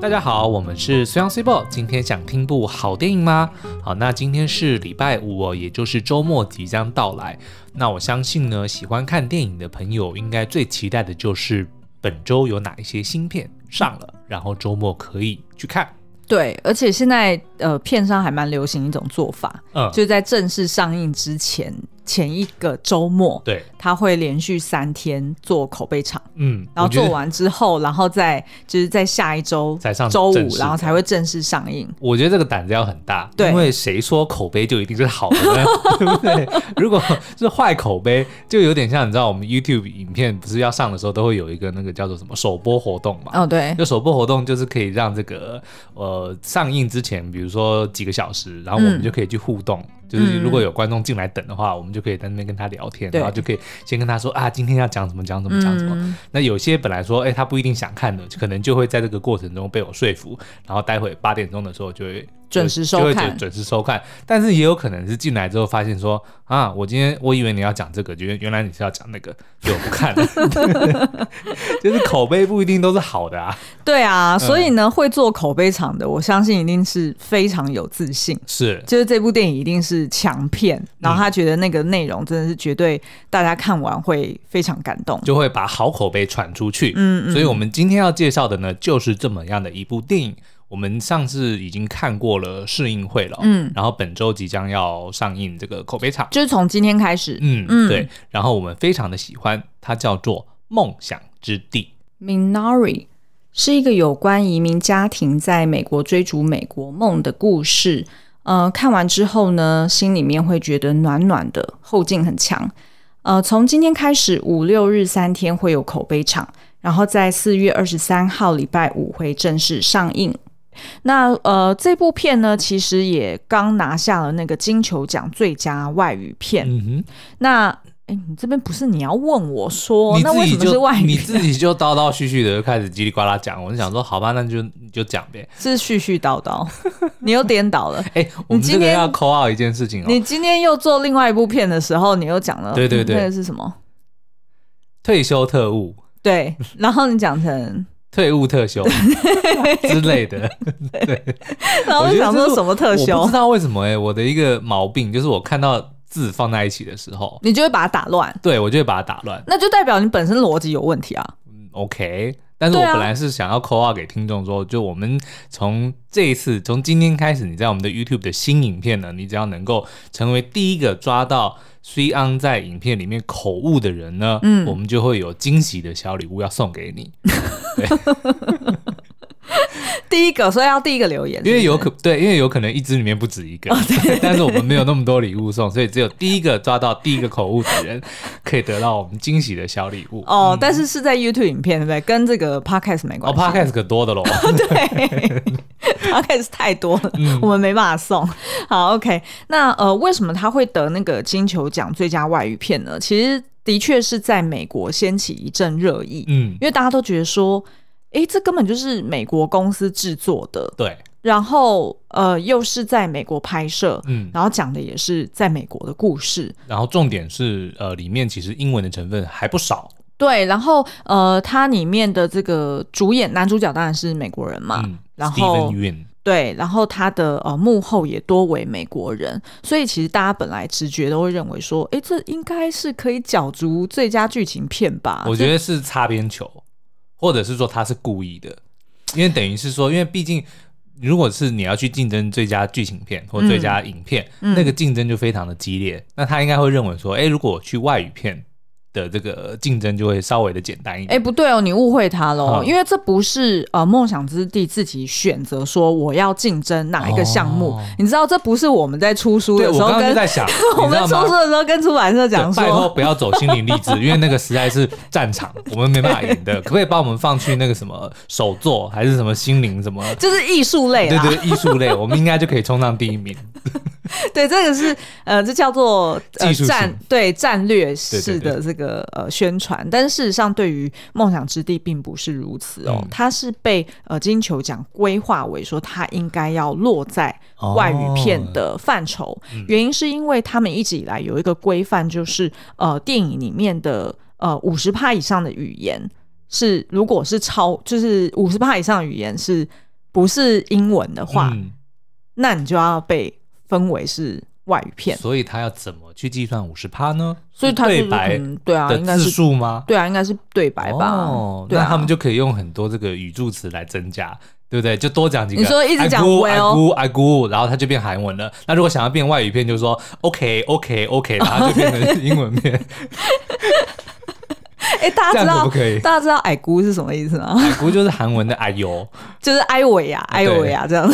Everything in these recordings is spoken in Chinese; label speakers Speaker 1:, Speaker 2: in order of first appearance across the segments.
Speaker 1: 大家好，我们是随阳随报。今天想听部好电影吗？好，那今天是礼拜五哦，也就是周末即将到来。那我相信呢，喜欢看电影的朋友应该最期待的就是本周有哪一些新片上了，然后周末可以去看。
Speaker 2: 对，而且现在呃，片商还蛮流行一种做法，
Speaker 1: 嗯，
Speaker 2: 就是在正式上映之前前一个周末，
Speaker 1: 对，
Speaker 2: 他会连续三天做口碑场，
Speaker 1: 嗯，
Speaker 2: 然后
Speaker 1: 我觉得
Speaker 2: 做完之后，然后再就是在下一周
Speaker 1: 才上
Speaker 2: 周
Speaker 1: 正
Speaker 2: 五，
Speaker 1: 式
Speaker 2: 然后才会正式上映。
Speaker 1: 我觉得这个胆子要很大，
Speaker 2: 对
Speaker 1: 因为谁说口碑就一定是好的 呢？对不对？如果是坏口碑，就有点像你知道，我们 YouTube 影片不是要上的时候，都会有一个那个叫做什么首播活动嘛？
Speaker 2: 哦，对，
Speaker 1: 就首播活动就是可以让这个呃上映之前，比如说几个小时，然后我们
Speaker 2: 嗯
Speaker 1: 就可以去互动。就是如果有观众进来等的话，我们就可以在那边跟他聊天，
Speaker 2: 对嗯
Speaker 1: 然后就可以先跟他说啊，今天要讲什么讲什么讲什么。那有些本来说哎、他不一定想看的，可能就会在这个过程中被我说服，然后待会八点钟的时候就会
Speaker 2: 准时
Speaker 1: 就
Speaker 2: 收
Speaker 1: 就会
Speaker 2: 看
Speaker 1: 准准时收看。但是也有可能是进来之后发现说啊，我今天我以为你要讲这个，觉得原来你是要讲那个，就我不看了。 就是口碑不一定都是好的啊。
Speaker 2: 对啊，所以呢，会做口碑场的，我相信一定是非常有自信。
Speaker 1: 是，
Speaker 2: 就是这部电影一定是强片，然后他觉得那个内容真的是绝对大家看完会非常感动。
Speaker 1: 就会把好口碑传出去。嗯所以我们今天要介绍的呢，就是这么样的一部电影。我们上次已经看过了试映会了，嗯，然后本周即将要上映这个口碑场，
Speaker 2: 就是从今天开始，
Speaker 1: 嗯
Speaker 2: 嗯
Speaker 1: 对，然后我们非常的喜欢，它叫做《梦想之地
Speaker 3: Minari 是一个有关移民家庭在美国追逐美国梦的故事。呃，看完之后呢，心里面会觉得暖暖的，后劲很强。呃，从今天开始，五六日三天会有口碑场，然后在四月二十三号礼拜五会正式上映。那呃，这部片呢，其实也刚拿下了那个金球奖最佳外语》。片。
Speaker 1: 嗯
Speaker 3: 那哎，诶你这边不是你要问我说
Speaker 1: 哼，，
Speaker 2: 哦
Speaker 3: 那为
Speaker 1: 你
Speaker 3: 什么
Speaker 1: 自己
Speaker 3: 是
Speaker 1: 就
Speaker 3: 外
Speaker 1: 你
Speaker 3: 语？
Speaker 1: 自己就叨叨絮絮的就开始叽里呱啦讲，我就想说，好吧，那就你就讲呗。
Speaker 2: 是絮絮叨叨， 你又颠倒了。
Speaker 1: 哎，我们
Speaker 2: 你今
Speaker 1: 这个
Speaker 2: 天
Speaker 1: 要扣二一件事情
Speaker 2: 你
Speaker 1: 哦，
Speaker 2: 今天又做另外一部片的时候，你又讲了，
Speaker 1: 对对对
Speaker 2: 嗯那个是什么？
Speaker 1: 退休特务。
Speaker 2: 对，然后 你讲成，
Speaker 1: 退务特休之类的，
Speaker 2: 然后
Speaker 1: 我
Speaker 2: 就
Speaker 1: 觉得
Speaker 2: 想
Speaker 1: 这
Speaker 2: 说
Speaker 1: 是
Speaker 2: 什么特
Speaker 1: 我不
Speaker 2: 休
Speaker 1: 知，道为什么哎、我的一个毛病就是我看到字放在一起的时候，
Speaker 2: 你就会把它打乱，
Speaker 1: 对我就会把它打乱。
Speaker 2: 那就代表你本身逻辑有问题啊。
Speaker 1: 嗯 OK，但是我
Speaker 2: 对啊
Speaker 1: 本来是想要 call out 给听众说，就我们从这一次，从今天开始，你在我们的 YouTube 的新影片呢，你只要能够成为第一个抓到 s e on 在影片里面口误的人呢，嗯，我们就会有惊喜的小礼物要送给你。
Speaker 2: 第一个，所以要第一个留言，
Speaker 1: 因为
Speaker 2: 是
Speaker 1: 有
Speaker 2: 不是哦
Speaker 1: 可对，因为有可能一只里面不止一个，但是我们没有那么多礼物送，所以只有第一个抓到第一个口误的人，可以得到我们惊喜的小礼物。哦
Speaker 2: 哦，但是是在 YouTube 影片，对不对？跟这个 Podcast 没关系。
Speaker 1: ，Podcast 可多的 喽，
Speaker 2: 对，Podcast 太多了，
Speaker 1: 嗯
Speaker 2: 我们没办法送。 好，OK，那呃，为什么他会得那个金球奖最佳外语片呢？其实的确是在美国掀起一阵热议，
Speaker 1: 嗯，
Speaker 2: 因为大家都觉得说，诶，这根本就是美国公司制作的，
Speaker 1: 对，
Speaker 2: 然后呃，又是在美国拍摄，
Speaker 1: 嗯，
Speaker 2: 然后讲的也是在美国的故事。
Speaker 1: 然后重点是，呃，里面其实英文的成分还不少，
Speaker 2: 对，然后呃，它里面的这个主演男主角当然是美国人嘛，
Speaker 1: 嗯，
Speaker 2: 啊然后
Speaker 1: Steven Yun，
Speaker 2: 对，然后他的呃幕后也多为美国人，所以其实大家本来直觉都会认为说，诶，这应该是可以角逐最佳剧情片吧？
Speaker 1: 我觉得是擦边球，或者是说他是故意的，因为等于是说，因为毕竟。如果是你要去竞争最佳剧情片
Speaker 2: 嗯
Speaker 1: 或最佳影片，那个竞争就非常的激烈。那他应该会认为说，哎、如果我去外语片的这个竞争就会稍微的简单一
Speaker 2: 哎、
Speaker 1: 点。
Speaker 2: 不对哦，你误会他喽，
Speaker 1: 嗯
Speaker 2: 因为这不是呃梦想之地自己选择说我要竞争哪一个项目，
Speaker 1: 哦
Speaker 2: 你知道这不是我们在出书
Speaker 1: 对
Speaker 2: 的
Speaker 1: 我
Speaker 2: 时候
Speaker 1: 刚刚就
Speaker 2: 跟
Speaker 1: 在想，
Speaker 2: 我
Speaker 1: 你知
Speaker 2: 们
Speaker 1: 道
Speaker 2: 出书
Speaker 1: 吗？
Speaker 2: 的时候跟出版社讲
Speaker 1: 对拜托
Speaker 2: 说，
Speaker 1: 不要走心灵励志，因为那个实在是战场，我 们没办法赢的。可不可以把我们放去那个什么手作，还是什么心灵什么？
Speaker 2: 就是艺术类啊
Speaker 1: 对
Speaker 2: 啦，
Speaker 1: 对，艺术类，我们应该就可以冲上第一名。
Speaker 2: 对，这个是呃，这叫做呃
Speaker 1: 技术性
Speaker 2: 战对战略式
Speaker 1: 对对
Speaker 2: 的这个呃宣传，但事实上对于梦想之地并不是如此哦，
Speaker 1: 嗯
Speaker 2: 它是被呃金球奖规划为说它应该要落在外
Speaker 1: 哦
Speaker 2: 语片的范畴，
Speaker 1: 嗯
Speaker 2: 原因是因为他们一直以来有一个规范，就是呃电影里面的呃五十帕以上的语言是如果是超就是五十帕以上的语言是不是英文的话，
Speaker 1: 嗯
Speaker 2: 那你就要被分为是外语片。
Speaker 1: 所以他要怎么去计算五十趴呢？
Speaker 2: 所以他就是
Speaker 1: 对白
Speaker 2: 嗯，对啊，应
Speaker 1: 的
Speaker 2: 该
Speaker 1: 字
Speaker 2: 是
Speaker 1: 数吗？
Speaker 2: 对啊，应该是对白吧？
Speaker 1: 哦，
Speaker 2: 对啊
Speaker 1: 那他们就可以用很多这个语助词来增加，对不对？就多讲几个。
Speaker 2: 你说一直讲 well
Speaker 1: 咕哎咕，然后它就变韩文了。那如果想要变外语片，就说 OK OK OK，然后就变成英文片，
Speaker 2: 哎、大
Speaker 1: 这
Speaker 2: 家
Speaker 1: 样可
Speaker 2: 知道
Speaker 1: 不可 以？
Speaker 2: 大家知道矮姑是什么意思吗？
Speaker 1: 哎咕就是韩文的哎呦，
Speaker 2: 就是哎尾呀，哎尾呀这样。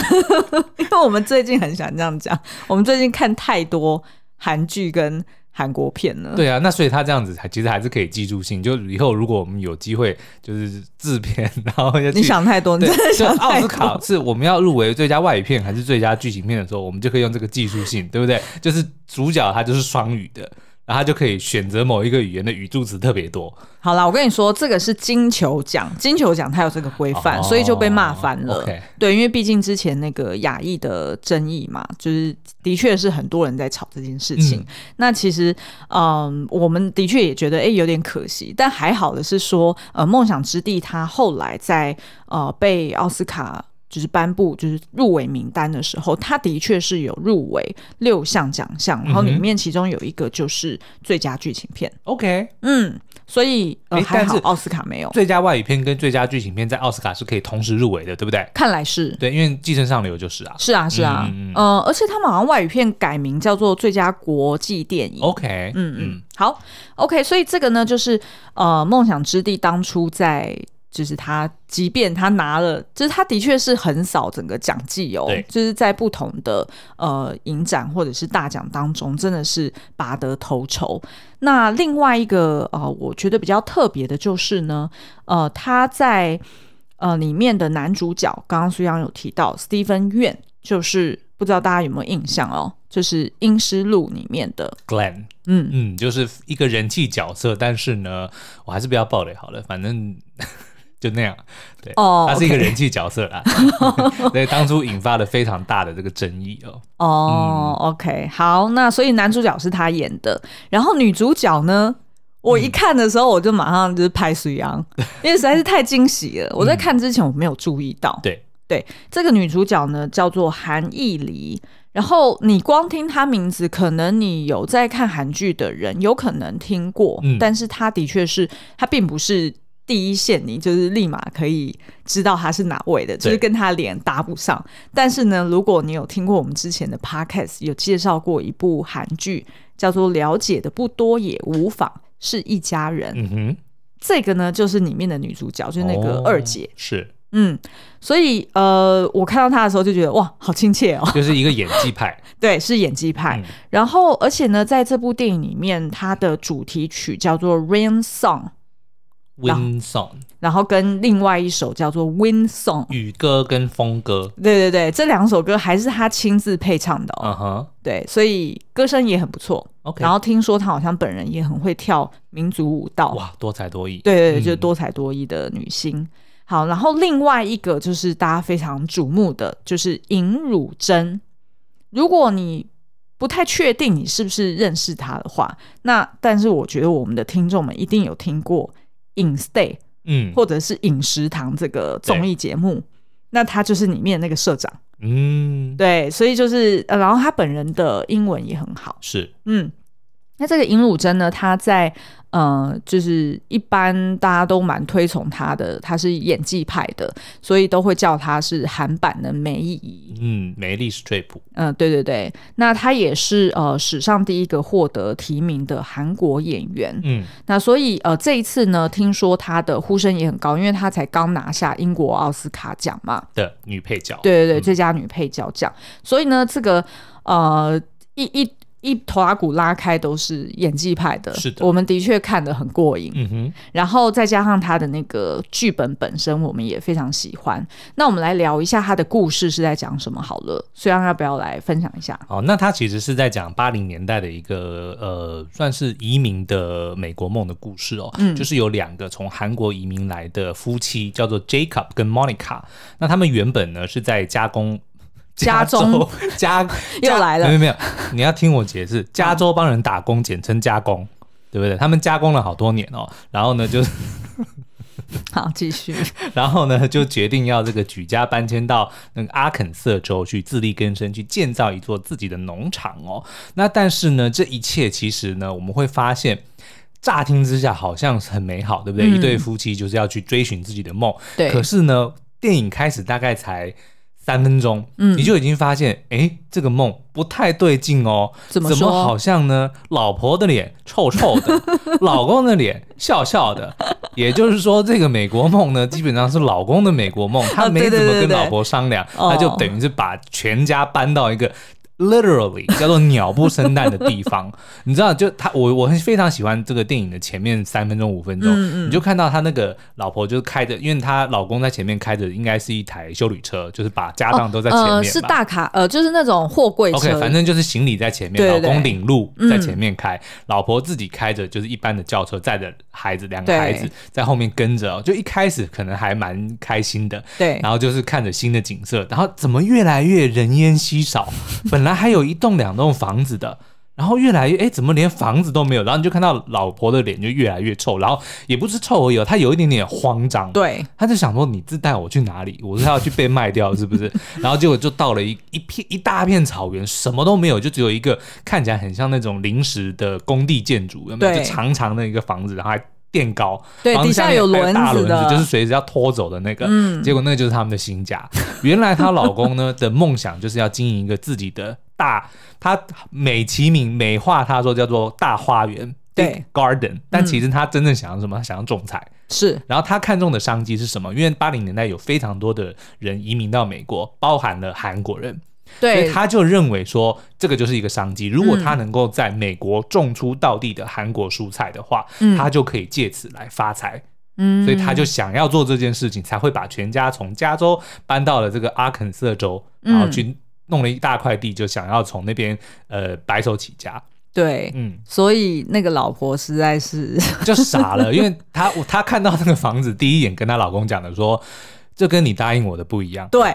Speaker 2: 因为我们最近很喜欢这样讲，我们最近看太多韩剧跟韩国片了。
Speaker 1: 对啊，那所以他这样子还其实还是可以记住性。就以后如果我们有机会就是制片，然后要去
Speaker 2: 你想太多，你
Speaker 1: 对
Speaker 2: 真的，
Speaker 1: 就
Speaker 2: 想
Speaker 1: 奥
Speaker 2: 太
Speaker 1: 斯
Speaker 2: 多。
Speaker 1: 卡是我们要入围最佳外语片还是最佳剧情片的时候，我们就可以用这个技术性，对不对？就是主角他就是双语的，然后他就可以选择某一个语言的语助词特别多。
Speaker 2: 好啦，我跟你说，这个是金球奖，金球奖它有这个规范，
Speaker 1: 哦
Speaker 2: 所以就被骂翻了。
Speaker 1: OK
Speaker 2: 对，因为毕竟之前那个亚裔的争议嘛，就是的确是很多人在吵这件事情。
Speaker 1: 嗯
Speaker 2: 那其实，嗯，我们的确也觉得，哎、有点可惜。但还好的是说，呃，梦想之地它后来在呃被奥斯卡。就是颁布就是入围名单的时候，它的确是有入围六项奖项，然后里
Speaker 1: 嗯哼
Speaker 2: 面其中有一个就是最佳剧情片。
Speaker 1: OK，
Speaker 2: 嗯，所以呃、
Speaker 1: 诶
Speaker 2: 还
Speaker 1: 但
Speaker 2: 好
Speaker 1: 是
Speaker 2: 奥斯卡没有，
Speaker 1: 最佳外语片跟最佳剧情片在奥斯卡是可以同时入围的，对不对？
Speaker 2: 看来是
Speaker 1: 对，因为《寄生上流》就是啊。
Speaker 2: 是啊是啊，
Speaker 1: 嗯嗯嗯
Speaker 2: 呃，而且他们好像外语片改名叫做最佳国际电
Speaker 1: 哦
Speaker 2: 影。
Speaker 1: OK，
Speaker 2: 嗯嗯，好，OK，所以这个呢，就是呃，梦想之地当初在。就是他，即便他拿了，就是他的确是横扫整个奖季哦
Speaker 1: 对，
Speaker 2: 就是在不同的呃影展或者是大奖当中，真的是拔得头筹。那另外一个呃，我觉得比较特别的就是呢，呃，他在呃里面的男主角，刚刚苏阳有提到 Stephen Yuan，就是不知道大家有没有印象哦，就是《阴尸路》里面的，
Speaker 1: Glenn，
Speaker 2: 嗯，
Speaker 1: 嗯，就是一个人气角色，但是呢，我还是不要暴雷好了，反正 就那样。对，
Speaker 2: 哦
Speaker 1: 他是一个
Speaker 2: OK
Speaker 1: 人气角色 啦，对，当初引发了非常大的这个争议哦。
Speaker 2: 哦、o k 好，那所以男主角是他演的，然后女主角呢，
Speaker 1: 嗯
Speaker 2: 我一看的时候我就马上就是拍 水阳，因为实在是太惊喜了。我在看之前我没有注意到，
Speaker 1: 对
Speaker 2: 对，这个女主角呢叫做韩艺黎。然后你光听她名字，可能你有在看韩剧的人有可能听过，
Speaker 1: 嗯
Speaker 2: 但是她的确是，她并不是第一线，你就是立马可以知道她是哪位的，就是
Speaker 1: 对
Speaker 2: 跟她脸搭不上。但是呢，如果你有听过我们之前的 podcast，有介绍过一部韩剧，叫做《了解的不多也无妨》，是一家人。
Speaker 1: 嗯哼，
Speaker 2: 这个呢，就是里面的女主角， 就是那个
Speaker 1: 哦
Speaker 2: 二姐。
Speaker 1: 是，
Speaker 2: 嗯，所以呃，我看到她的时候就觉得哇，好亲切哦。
Speaker 1: 就是一个演技派。
Speaker 2: 对，是演技 派。
Speaker 1: 嗯
Speaker 2: 然后，而且呢，在这部电影里面，它的主题曲叫做《Rain Song》，
Speaker 1: Win Song
Speaker 2: 然后跟另外一首叫做《Wind Song》。
Speaker 1: 雨歌跟风歌，
Speaker 2: 对对对，这两首歌还是他亲自配唱的哦。
Speaker 1: 嗯哼
Speaker 2: 对，所以歌声也很不错。
Speaker 1: ，OK，
Speaker 2: 然后听说她好像本人也很会跳民族舞蹈，
Speaker 1: 哇，多才多艺，
Speaker 2: 对对对，
Speaker 1: 嗯
Speaker 2: 就是多才多艺的女星。好，然后另外一个就是大家非常瞩目的，就是尹汝贞。如果你不太确定你是不是认识她的话，那但是我觉得我们的听众们一定有听过《影 Stay》
Speaker 1: 嗯
Speaker 2: 或者是《饮食堂》这个综艺节目，那她就是里面那个社长。
Speaker 1: 嗯，
Speaker 2: 对，所以就是，呃然后她本人的英文也很好。
Speaker 1: 是
Speaker 2: 嗯，那这个尹汝贞呢，她在呃，就是一般大家都蛮推崇她的，她是演技派的，所以都会叫她是韩版的梅姨。
Speaker 1: 嗯，美丽 Strip，
Speaker 2: 嗯、对对对，那她也是呃史上第一个获得提名的韩国演员。
Speaker 1: 嗯
Speaker 2: 那所以呃这一次呢，听说她的呼声也很高，因为她才刚拿下英国奥斯卡奖嘛。
Speaker 1: 的女配角，
Speaker 2: 对对对，
Speaker 1: 嗯
Speaker 2: 最佳女配角奖。所以呢，这个呃一一一头拉骨拉开都是演技派的，
Speaker 1: 是的
Speaker 2: 我们的确看得很过瘾。
Speaker 1: 嗯哼，
Speaker 2: 然后再加上他的那个剧本本身，我们也非常喜欢。那我们来聊一下他的故事是在讲什么好了。虽然要不要来分享一下？
Speaker 1: 好，哦那它其实是在讲八零年代的一个呃，算是移民的美国梦的故事哦。
Speaker 2: 嗯
Speaker 1: 就是有两个从韩国移民来的夫妻，叫做 Jacob 跟 Monica。那他们原本呢是在加工。
Speaker 2: 加
Speaker 1: 州
Speaker 2: 中
Speaker 1: 加
Speaker 2: 又来了
Speaker 1: 没有没有，你要听我解释，加州帮人打 工，简称加工，对不对？他们加工了好多年哦，然后呢，就是
Speaker 2: 好，继续。
Speaker 1: 然后呢，就决定要这个举家搬迁到那个阿肯色州去自力更生，去建造一座自己的农场哦。那但是呢，这一切其实呢，我们会发现。乍听之下好像很美好，对不对？
Speaker 2: 嗯
Speaker 1: 一对夫妻就是要去追寻自己的梦。
Speaker 3: 对
Speaker 1: 可是呢，电影开始大概才三分钟，
Speaker 2: 嗯
Speaker 1: 你就已经发现，哎，这个梦不太对劲哦。
Speaker 2: 怎么
Speaker 1: 怎么
Speaker 2: 说
Speaker 1: 好像呢？老婆的脸臭臭 的，老公的脸笑笑的。也就是说，这个美国梦呢，基本上是老公的美国梦，他
Speaker 2: 哦
Speaker 1: 没
Speaker 2: 对
Speaker 1: 怎
Speaker 2: 对
Speaker 1: 么
Speaker 2: 对
Speaker 1: 跟
Speaker 2: 对
Speaker 1: 老婆商量，
Speaker 2: 哦
Speaker 1: 他就等于是把全家搬到一个 literally 叫做鸟不生蛋的地 方。你知道，就他我我很非常喜欢这个电影的前面三分钟五分钟，
Speaker 2: 嗯嗯
Speaker 1: 你就看到他那个老婆就是开着，因为她老公在前面开着，应该是一台修理车，就是把家当都
Speaker 2: 哦
Speaker 1: 在前面吧、
Speaker 3: 呃，是大卡，呃，就是那种货柜
Speaker 1: OK，
Speaker 3: 车，
Speaker 1: 反正就是行李在前面，
Speaker 3: 对对对嗯
Speaker 1: 老公领路在前面开，老婆自己开着就是一般的轿车，载着孩子两个
Speaker 3: 对
Speaker 1: 孩子在后面跟着、哦，就一开始可能还蛮开心的，
Speaker 3: 对
Speaker 1: 然后就是看着新的景色，然后怎么越来越人烟稀 少，本来还有一栋两栋房子的。然后越来越哎，怎么连房子都没有？然后你就看到老婆的脸就越来越臭，然后也不是臭而已、哦，她有一点点慌张。
Speaker 2: 对，
Speaker 1: 他就想说：“你自带我去哪里？我是要去被卖掉，是不 是？”然后结果就到了一一片一大片草原，什么都没有，就只有一个看起来很像那种临时的工地建筑，有没有？
Speaker 2: 对
Speaker 1: 就长长的一个房子，然后还垫高，
Speaker 2: 对
Speaker 1: 房子
Speaker 2: 底下
Speaker 1: 面
Speaker 2: 有
Speaker 1: 还有大
Speaker 2: 轮
Speaker 1: 轮
Speaker 2: 子的嗯
Speaker 1: 就是随时要拖走的那个。结果那个就是他们的新 家。原来她老公呢的梦想就是要经营一个自己的大，他美其名美化他说叫做大花园。
Speaker 2: 对嗯
Speaker 1: garden，但其实他真正想要什么？他想要种菜。
Speaker 2: 是
Speaker 1: 然后他看中的商机是什么？因为八零年代有非常多的人移民到美国，包含了韩国人，所以
Speaker 2: 对，
Speaker 1: 他就认为说这个就是一个商机。如果他能够在美国种出道地的韩国蔬菜的话，
Speaker 2: 嗯
Speaker 1: 他就可以借此来发财。
Speaker 2: 嗯
Speaker 1: 所以他就想要做这件事情，才会把全家从加州搬到了这个阿肯色州，
Speaker 2: 嗯
Speaker 1: 然后去弄了一大块地，就想要从那边呃白手起家。
Speaker 2: 对，
Speaker 1: 嗯，
Speaker 2: 所以那个老婆实在是
Speaker 1: 就傻了，因为她我她看到那个房子，第一眼跟她老公讲的说，这跟你答应我的不一样。
Speaker 2: 对，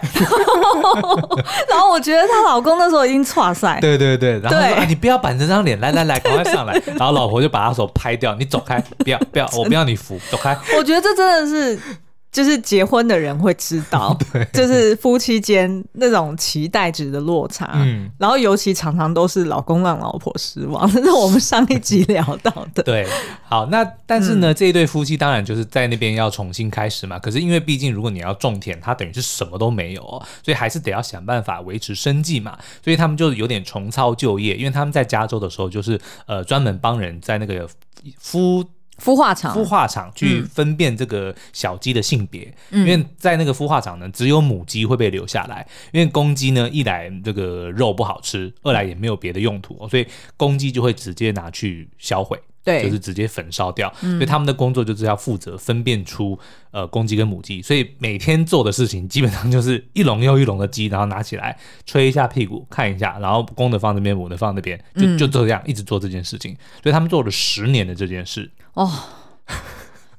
Speaker 2: 然后我觉得她老公那时候已经岔赛，
Speaker 1: 对对对，然后
Speaker 2: 对
Speaker 1: 说、啊、你不要板着张脸，来来来，赶快上 来。然后老婆就把她手拍掉，你走开，不要不要，我不要你扶，走开。
Speaker 2: 我觉得这真的是。就是结婚的人会知 道，就是夫妻间那种期待值的落差，
Speaker 1: 嗯
Speaker 2: 然后尤其常常都是老公让老婆失望， 这是我们上一集聊到的。
Speaker 1: 对，好，那但是呢，这一对夫妻当然就是在那边要重新开始嘛。可是因为毕竟如果你要种田，它等于是什么都没有、哦，所以还是得要想办法维持生计嘛。所以他们就有点重操旧业，因为他们在加州的时候就是呃专门帮人在那个夫
Speaker 3: 孵化
Speaker 2: 啊
Speaker 3: 场
Speaker 1: 孵化场去分辨这个小鸡的性别，因为在那个孵化场呢，只有母鸡会被留下来，因为公鸡呢，一来这个肉不好吃，二来也没有别的用途哦，所以公鸡就会直接拿去销毁。
Speaker 3: 对
Speaker 1: 就是直接焚烧掉，所以他们的工作就是要负责分辨出呃公鸡跟母鸡，所以每天做的事情基本上就是一笼又一笼的鸡，然后拿起来吹一下屁股看一下，然后公的放这边，母的放那边，就就这样一直做这件事情，所以他们做了十年的这件事，
Speaker 3: 哦，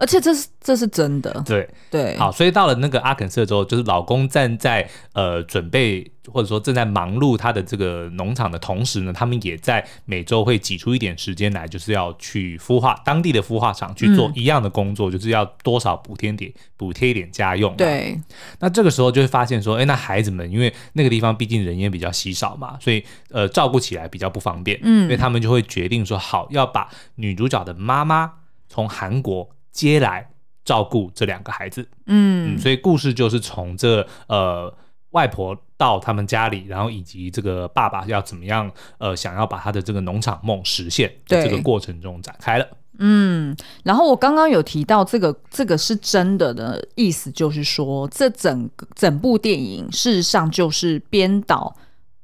Speaker 3: 而且这是这是真的，
Speaker 1: 对，
Speaker 3: 对，
Speaker 1: 好，所以到了那个阿肯色州，就是老公站在呃准备或者说正在忙碌他的这个农场的同时呢，他们也在每周会挤出一点时间来，就是要去孵化当地的孵化场去做一样的工作，就是要多少补贴点补贴一点家用、，
Speaker 3: 对，
Speaker 1: 那这个时候就会发现说，哎，那孩子们因为那个地方毕竟人烟比较稀少嘛，所以呃照顾起来比较不方便，嗯，所以他们就会决定说，好要把女主角的妈妈从韩国接来照顾这两个孩子。嗯，
Speaker 3: 嗯，
Speaker 1: 所以故事就是从这呃外婆到他们家里，然后以及这个爸爸要怎么样呃想要把他的这个农场梦实现
Speaker 3: 对
Speaker 1: 的这个过程中展开了。
Speaker 3: 嗯然后我刚刚有提到这个，这个是真的的意思，就是说这整个整部电影事实上就是编导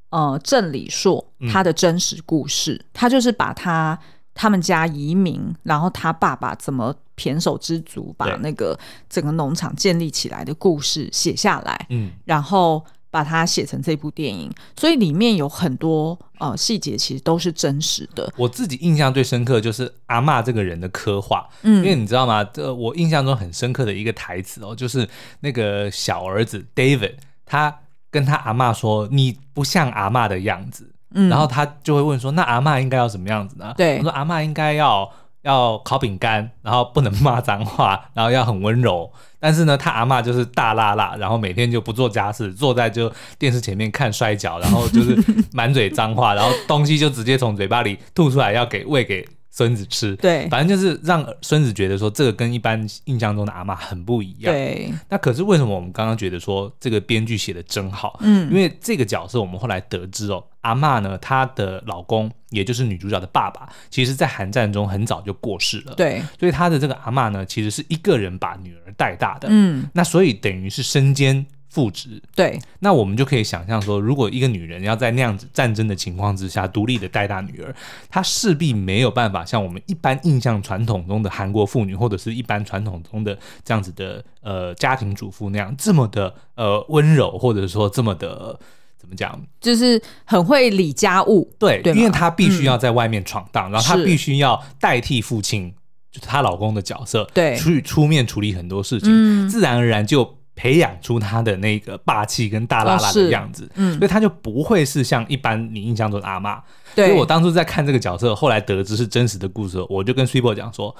Speaker 3: 呃郑李硕
Speaker 1: 嗯
Speaker 3: 他的真实故事，他就是把他他们家移民，然后他爸爸怎么胼手知足把
Speaker 1: 对
Speaker 3: 那个整个农场建立起来的故事写下来，
Speaker 1: 嗯，
Speaker 3: 然后把它写成这部电影，所以里面有很多呃细节其实都是真实的。
Speaker 1: 我自己印象最深刻就是阿嬷这个人的刻画，因为
Speaker 3: 嗯，
Speaker 1: 你知道吗？这我印象中很深刻的一个台词哦，就是那个小儿子 David，他跟他阿嬷说：“你不像阿嬷的样子。”
Speaker 3: 嗯
Speaker 1: 然后他就会问说：“那阿嬷应该要什么样子呢？”
Speaker 3: 对
Speaker 1: 他说：“阿嬷应该要要烤饼干，然后不能 骂脏话，然后要很温柔。但是呢，他阿嬷就是大辣辣，然后每天就不做家事，坐在就电视前面看摔跤，然后就是满嘴脏话，然后东西就直接从嘴巴里吐出来，要给喂给孙子吃。
Speaker 2: 对
Speaker 1: 反正就是让孙子觉得说，这个跟一般印象中的阿嬷很不一样。
Speaker 2: 对，
Speaker 1: 那可是为什么我们刚刚觉得说这个编剧写的真好？
Speaker 2: 嗯
Speaker 1: 因为这个角色我们后来得知哦，阿嬷呢，她的老公也就是女主角的爸爸，其实在韩战中很早就过世了。，
Speaker 2: 对，
Speaker 1: 所以她的这个阿嬷呢，其实是一个人把女儿带大的。
Speaker 2: 嗯
Speaker 1: 那所以等于是身兼父职。
Speaker 2: 对，
Speaker 1: 那我们就可以想象说，如果一个女人要在那样子战争的情况之下独立的带大女儿，她势必没有办法像我们一般印象传统中的韩国妇女，或者是一般传统中的这样子的呃家庭主妇那样这么的呃温柔，或者说这么的呃怎么讲？
Speaker 2: 就是很会理家务。
Speaker 1: 对，
Speaker 2: 对吧嗯
Speaker 1: 因为她必须要在外面闯荡，然后她
Speaker 2: 是
Speaker 1: 必须要代替父亲，就是她老公的角色，
Speaker 2: 对
Speaker 1: 去出面处理很多事情，
Speaker 2: 嗯
Speaker 1: 自然而然就培养出她的那个霸气跟大拉拉
Speaker 2: 哦是
Speaker 1: 的样子。
Speaker 2: 嗯
Speaker 1: 所，以她就不会是像一般你印象中的阿嬷。所
Speaker 2: 对，
Speaker 1: 以我当初在看这个角色，后来得知是真实的故事，我就跟 s u p e 讲说，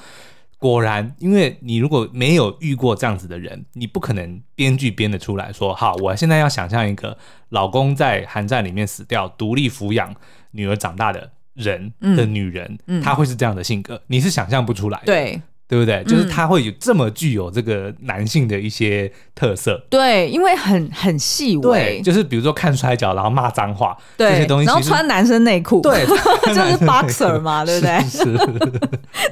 Speaker 1: 果然，因为你如果没有遇过这样子的人，你不可能编剧编得出来说，好，我现在要想象一个老公在寒战里面死掉，独立抚养女儿长大的。人
Speaker 2: 嗯
Speaker 1: 的女人，
Speaker 2: 嗯
Speaker 1: 她会是这样的性格，你是想象不出来的，
Speaker 2: 对
Speaker 1: 对不对？就是她会有这么具有这个男性的一些特色，
Speaker 2: 对，因为很很细微，
Speaker 1: 就是比如说看摔跤，然后骂脏话这些
Speaker 2: 对
Speaker 1: 东，西，
Speaker 2: 然后穿男生内 裤，，
Speaker 1: 对，
Speaker 2: 就是 boxer 嘛，对不对？
Speaker 1: 是是，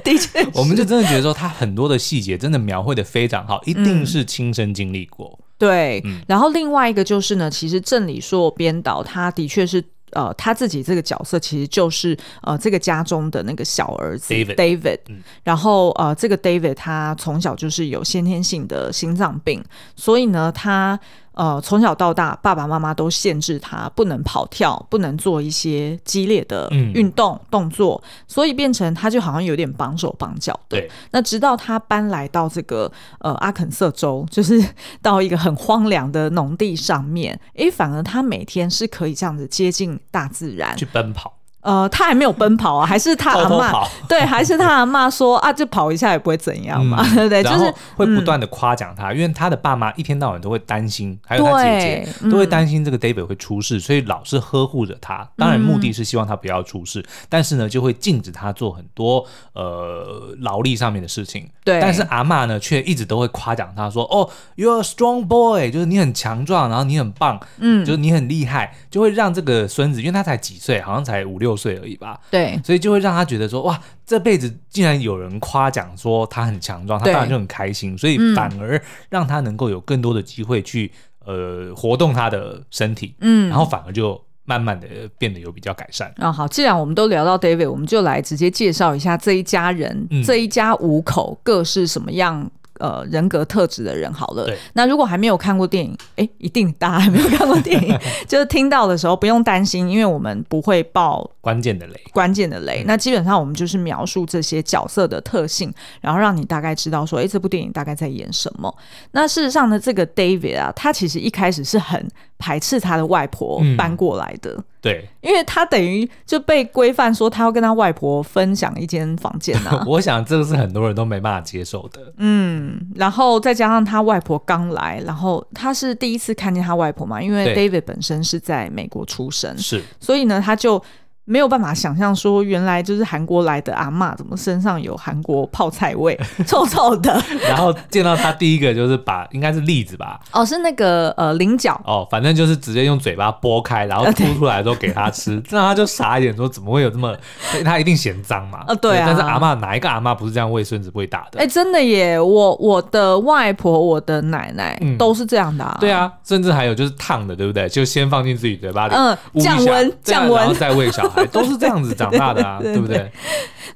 Speaker 2: 的确是，
Speaker 1: 我们就真的觉得说他很多的细节真的描绘的非常
Speaker 2: 嗯
Speaker 1: 好，一定是亲身经历过。
Speaker 2: 对，
Speaker 1: 嗯
Speaker 2: 然后另外一个就是呢，其实郑李硕编导他的确是。呃，他自己这个角色其实就是呃，这个家中的那个小儿子
Speaker 1: David 嗯
Speaker 2: 然后呃，这个 David 他从小就是有先天性的心脏病，所以呢，他呃从小到大，爸爸妈妈都限制他不能跑跳，不能做一些激烈的
Speaker 1: 嗯
Speaker 2: 运动、动作，所以变成他就好像有点绑手绑脚的。
Speaker 1: 对，
Speaker 2: 那直到他搬来到这个呃阿肯色州， 就是到一个很荒凉的农地上面，诶，反而他每天是可以这样子接近大自然
Speaker 1: 去。奔跑，
Speaker 2: 呃，他还没有奔跑啊，还是他
Speaker 1: 偷
Speaker 2: 阿
Speaker 1: 偷
Speaker 2: 嬷
Speaker 1: 跑，
Speaker 2: 对，还是他阿嬷说啊，就跑一下也不会怎样嘛，对 不对？哎就
Speaker 1: 嗯然后
Speaker 2: 是嗯
Speaker 1: 会不断的夸奖他，因为他的爸妈一天到晚都会担心，还有他姐姐
Speaker 2: 对
Speaker 1: 都会
Speaker 2: 嗯
Speaker 1: 担心这个 David 会出事，所以老是呵护着他。当然目的是希望他不要出事，但是呢就会禁止他做很多呃劳力上面的事情。
Speaker 2: 对
Speaker 1: 但是阿嬷呢却一直都会夸奖他说：“哦，you're a strong boy，就是你很强壮，然后你很棒，
Speaker 2: 嗯
Speaker 1: 就是你很厉害。”就会让这个孙子，因为他才几岁，好像才五六岁而已吧，
Speaker 2: 对
Speaker 1: 所以就会让他觉得说，哇，这辈子竟然有人夸奖说他很强壮，他
Speaker 2: 对嗯
Speaker 1: 当然就很开心，所以反而让他能够有更多的机会去呃活动他的身体，
Speaker 2: 嗯
Speaker 1: 然后反而就慢慢的变得有比较改善。
Speaker 2: 啊、好，既然我们都聊到 David，我们就来直接介绍一下这一家人，
Speaker 1: 嗯
Speaker 2: 这一家五口各是什么样。呃，人格特质的人好了
Speaker 1: 对。
Speaker 2: 那如果还没有看过电影，诶，一定大家还没有看过 电影，就是听到的时候不用担心，因为我们不会爆
Speaker 1: 关键的雷，
Speaker 2: 关键的
Speaker 1: 嗯
Speaker 2: 雷。那基本上我们就是描述这些角色的特性，然后让你大概知道说，诶，这部电影大概在演什么。那事实上呢，这个 David 啊，他其实一开始是很排斥他的外婆
Speaker 1: 嗯
Speaker 2: 搬过来的，
Speaker 1: 对、。
Speaker 2: 因为他等于就被规范说他要跟他外婆分享一间房间啊
Speaker 1: 我想这个是很多人都没办法接受的。
Speaker 2: 嗯，然后再加上他外婆刚来，然后他是第一次看见他外婆嘛，因为
Speaker 1: 对
Speaker 2: David 本身是在美国出生，
Speaker 1: 是，
Speaker 2: 所以呢，他就没有办法想象说，原来就是韩国来的阿嬷怎么身上有韩国泡 菜味，臭臭的。
Speaker 1: 然后见到他第一个就是把，应该是栗子吧，
Speaker 2: 哦，是那个呃菱角，
Speaker 1: 哦，反正就是直接用嘴巴剥开，然后吐出来之后给他吃，这样他就傻眼说怎么会有这么，他一定嫌脏嘛。
Speaker 2: 啊对啊
Speaker 1: 但是阿嬷哪一个阿嬷不是这样喂孙子喂大的？
Speaker 2: 哎、真的耶！我我的外婆、我的奶奶、
Speaker 1: 嗯
Speaker 2: 都是这样的、啊。
Speaker 1: 对，啊，甚至还有就是烫的，对不对？就先放进自己嘴巴里，
Speaker 2: 嗯
Speaker 1: 捂一下
Speaker 2: 降温
Speaker 1: 对啊
Speaker 2: 降温
Speaker 1: 然后再喂小孩，都是这样子长大的啊，
Speaker 2: 对
Speaker 1: 对
Speaker 2: 对
Speaker 1: 不
Speaker 2: 对
Speaker 1: 对？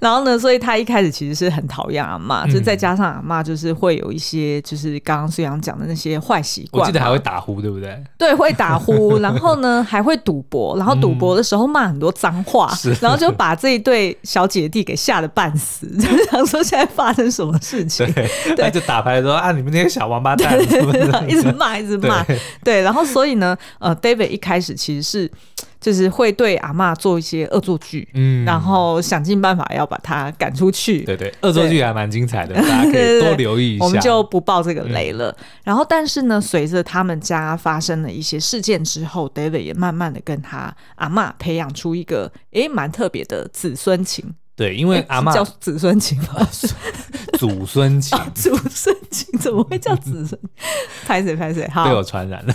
Speaker 2: 然后呢，所以他一开始其实是很讨厌阿嬷，
Speaker 1: 嗯
Speaker 2: 就再加上阿嬷就是会有一些就是刚刚苏阳讲的那些坏习惯
Speaker 1: 我
Speaker 2: 嘛，
Speaker 1: 记得还会打呼，对不对？
Speaker 2: 对会 打呼，然后呢还会赌博，然后赌博的时候骂很多脏话，
Speaker 1: 嗯是
Speaker 2: 然后就把这一对小姐弟给吓得半死， 就想说现在发生什么事情。
Speaker 1: 对，那就打牌说啊，你们那些小王八蛋，是不是
Speaker 2: 一直骂，一直骂，
Speaker 1: 对
Speaker 2: 对，然后所以呢，呃，David 一开始其实是就是会对阿嬷做一些恶作剧，
Speaker 1: 嗯
Speaker 2: 然后想尽办法要把她赶出去。
Speaker 1: 对对，恶作剧还蛮精彩的，大家可以
Speaker 2: 对对
Speaker 1: 多
Speaker 2: 对
Speaker 1: 留意一下。
Speaker 2: 我们就不爆这个
Speaker 1: 嗯
Speaker 2: 雷了。然后，但是呢，随着他们家发生了一些事件之后，David 也慢慢的跟他阿嬷培养出一个诶蛮特别的子孙情。
Speaker 1: 对，因为阿
Speaker 2: 是叫
Speaker 1: 嬷
Speaker 2: 子孙情吗？
Speaker 1: 祖孙 情
Speaker 2: 祖孙情怎么会叫子孙？ 拍谁拍谁？好
Speaker 1: 被，我传染了。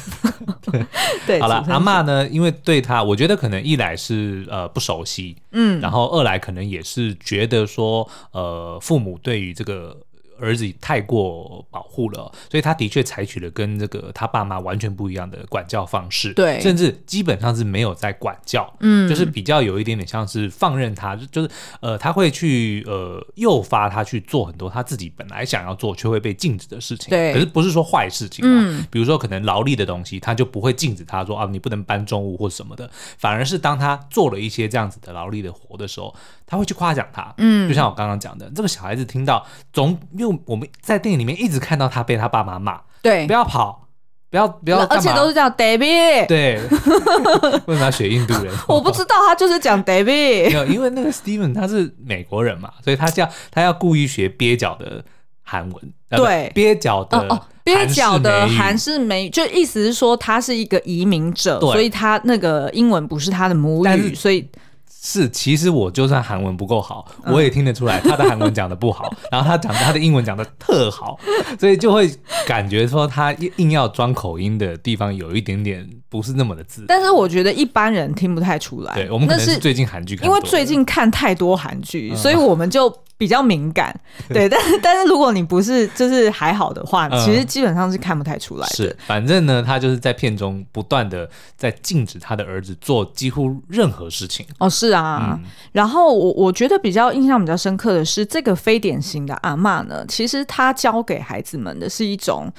Speaker 2: 对，
Speaker 1: 好了
Speaker 2: 祖，孙
Speaker 1: 阿嬷呢，因为对她，我觉得可能一来是呃不熟悉，
Speaker 2: 嗯，
Speaker 1: 然后二来可能也是觉得说，呃，父母对于这个儿子太过保护了，所以他的确采取了跟这个他爸妈完全不一样的管教方式，
Speaker 2: 对
Speaker 1: 甚至基本上是没有在管教，
Speaker 2: 嗯
Speaker 1: 就是比较有一点点像是放任他，就就是呃，他会去呃诱发他去做很多他自己本来想要做却会被禁止的事情，
Speaker 2: 对嗯
Speaker 1: 可是不是说坏事情啊，比如说可能劳力的东西，他就不会禁止他说啊，你不能搬重物或什么的，反而是当他做了一些这样子的劳力的活的时候，他会去夸奖他。嗯，就像我刚刚讲的，这个小孩子听到总，因为我们在电影里面一直看到他被他爸妈骂，
Speaker 2: 对
Speaker 1: 不，要跑，不要不要干嘛，
Speaker 2: 而且都是叫 David。
Speaker 1: 对， 为什么要学印度人？
Speaker 2: 我不知道他就是讲 David，
Speaker 1: 没有，因为那个 Steven 他是美国人嘛，所以他叫他要故意学蹩脚的韩文，呃
Speaker 2: 对
Speaker 1: 不蹩脚的
Speaker 2: 哦哦，蹩脚的韩
Speaker 1: 韩式
Speaker 2: 式美语，就意思是说他是一个移民者，
Speaker 1: 对
Speaker 2: 所以他那个英文不是他的母
Speaker 1: 但
Speaker 2: 语，
Speaker 1: 是
Speaker 2: 所以
Speaker 1: 美语。是，其实我就算韩文不够好，
Speaker 2: 嗯
Speaker 1: 我也听得出来他的韩文讲的不 好，然后他讲他的英文讲的特好，所以就会感觉说他硬要装口音的地方有一点点不是那么的自然。
Speaker 2: 但是我觉得一般人听不太出来。
Speaker 1: 对我们可
Speaker 2: 那
Speaker 1: 能是
Speaker 2: 是
Speaker 1: 最近韩剧看
Speaker 2: 因
Speaker 1: 多了，
Speaker 2: 为最近看太多韩剧，
Speaker 1: 嗯
Speaker 2: 所以我们就比较敏 感。对，但但是如果你不是就是还好的话，
Speaker 1: 嗯
Speaker 2: 其实基本上是看不太出来的
Speaker 1: 是。，反正呢，他就是在片中不断的在禁止他的儿子做几乎任何事情。
Speaker 2: 哦，是啊，
Speaker 1: 嗯
Speaker 2: 然后我我觉得比较印象比较深刻的是，这个非典型的阿嬷呢，其实她教给孩子们的是一种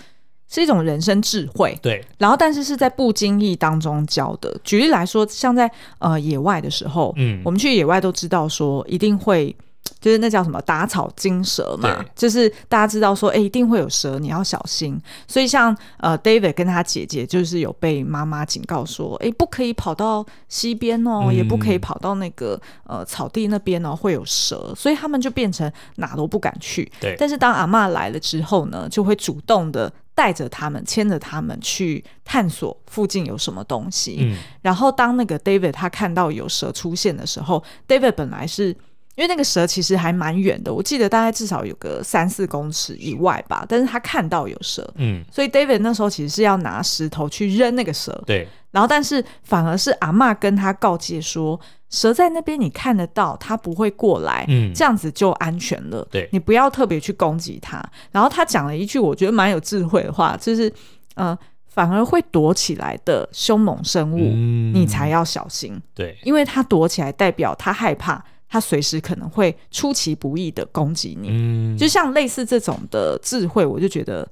Speaker 2: 是一种人生智慧，
Speaker 1: 对，
Speaker 2: 然后但是是在不经意当中教的。举例来说，像在呃野外的时候，
Speaker 1: 嗯
Speaker 2: 我们去野外都知道说一定会。就是那叫什么打草惊蛇嘛
Speaker 1: 对，
Speaker 2: 就是大家知道说，哎、一定会有蛇，你要小心。所以像呃，David 跟他姐姐就是有被妈妈警告说，哎、不可以跑到溪边哦，
Speaker 1: 嗯
Speaker 2: 也不可以跑到那个呃草地那边哦，会有蛇。所以他们就变成哪都不敢去。
Speaker 1: 对
Speaker 2: 但是当阿嬷来了之后呢，就会主动的带着他们，牵着他们去探索附近有什么东西。
Speaker 1: 嗯，
Speaker 2: 然后当那个 David 他看到有蛇出现的时候，David 本来是因为那个蛇其实还蛮远的，我记得大概至少有个三四公尺以外吧，但是他看到有蛇。
Speaker 1: 嗯，
Speaker 2: 所以 David 那时候其实是要拿石头去扔那个蛇，
Speaker 1: 对，
Speaker 2: 然后但是反而是阿嬷跟他告诫说，蛇在那边你看得到，它不会过来，
Speaker 1: 嗯
Speaker 2: 这样子就安全了。
Speaker 1: 对
Speaker 2: 你不要特别去攻击它。然后他讲了一句我觉得蛮有智慧的话，就是呃，反而会躲起来的凶猛生物，
Speaker 1: 嗯
Speaker 2: 你才要小心，
Speaker 1: 对，
Speaker 2: 因为它躲起来代表它害怕，它随时可能会出其不意的攻击你。
Speaker 1: 嗯，
Speaker 2: 就像类似这种的智慧，我就觉得。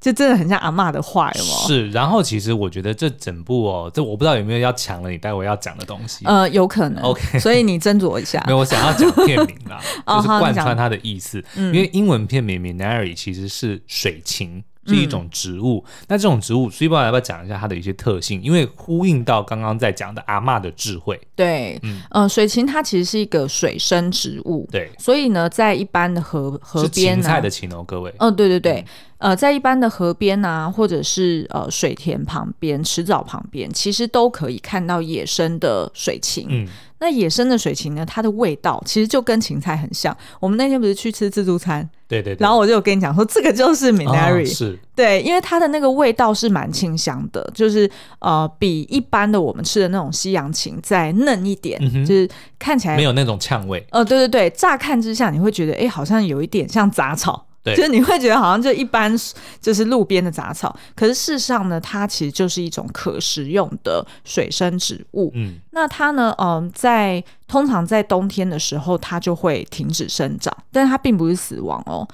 Speaker 2: 这真的很像阿嬷的话，有没有？
Speaker 1: 是。然后其实我觉得这整部哦，这我不知道有没有要抢了你待会要讲的东西。
Speaker 2: 呃，有可能。
Speaker 1: OK
Speaker 2: 所以你斟酌一下
Speaker 1: 没。有，我想要讲片名啦，
Speaker 2: 啊 哦
Speaker 1: 就是
Speaker 2: 好
Speaker 1: 贯
Speaker 2: 你讲
Speaker 1: 穿它的意思。
Speaker 2: 嗯
Speaker 1: 因为英文片名 Minari 其实是水芹，是
Speaker 2: 嗯
Speaker 1: 一种植物。那这种植物，所以不知道要不要讲一下它的一些特性，因为呼应到刚刚在讲的阿嬷的智慧。
Speaker 2: 对，
Speaker 1: 嗯
Speaker 2: 呃，水芹它其实是一个水生植物，
Speaker 1: 对，
Speaker 2: 所以呢，在一般的河河
Speaker 1: 是
Speaker 2: 边
Speaker 1: 芹
Speaker 2: 呢、
Speaker 1: 菜的嗯芹哦，各位。
Speaker 2: 哦，对对对，呃，在一般的河边啊，或者是呃水田旁边、池沼旁边，其实都可以看到野生的水芹。
Speaker 1: 嗯，
Speaker 2: 那野生的水芹呢，它的味道其实就跟芹菜很像。我们那天不是去吃自助餐，
Speaker 1: 对对对。
Speaker 2: 然后我就有跟你讲说，这个就是 Minari，、
Speaker 1: 哦是，
Speaker 2: 对，因为它的那个味道是蛮清香的，就是呃，比一般的我们吃的那种西洋芹再嫩一点，
Speaker 1: 嗯哼
Speaker 2: 就是看起来
Speaker 1: 没有那种呛味。
Speaker 2: 呃，对对对，乍看之下你会觉得，哎，好像有一点像杂草，
Speaker 1: 对
Speaker 2: 就是你会觉得好像就一般就是路边的杂草，可是事实上呢，它其实就是一种可食用的水生植物。
Speaker 1: 嗯，
Speaker 2: 那它呢，嗯、在通常在冬天的时候，它就会停止生长，但是它并不是死亡哦。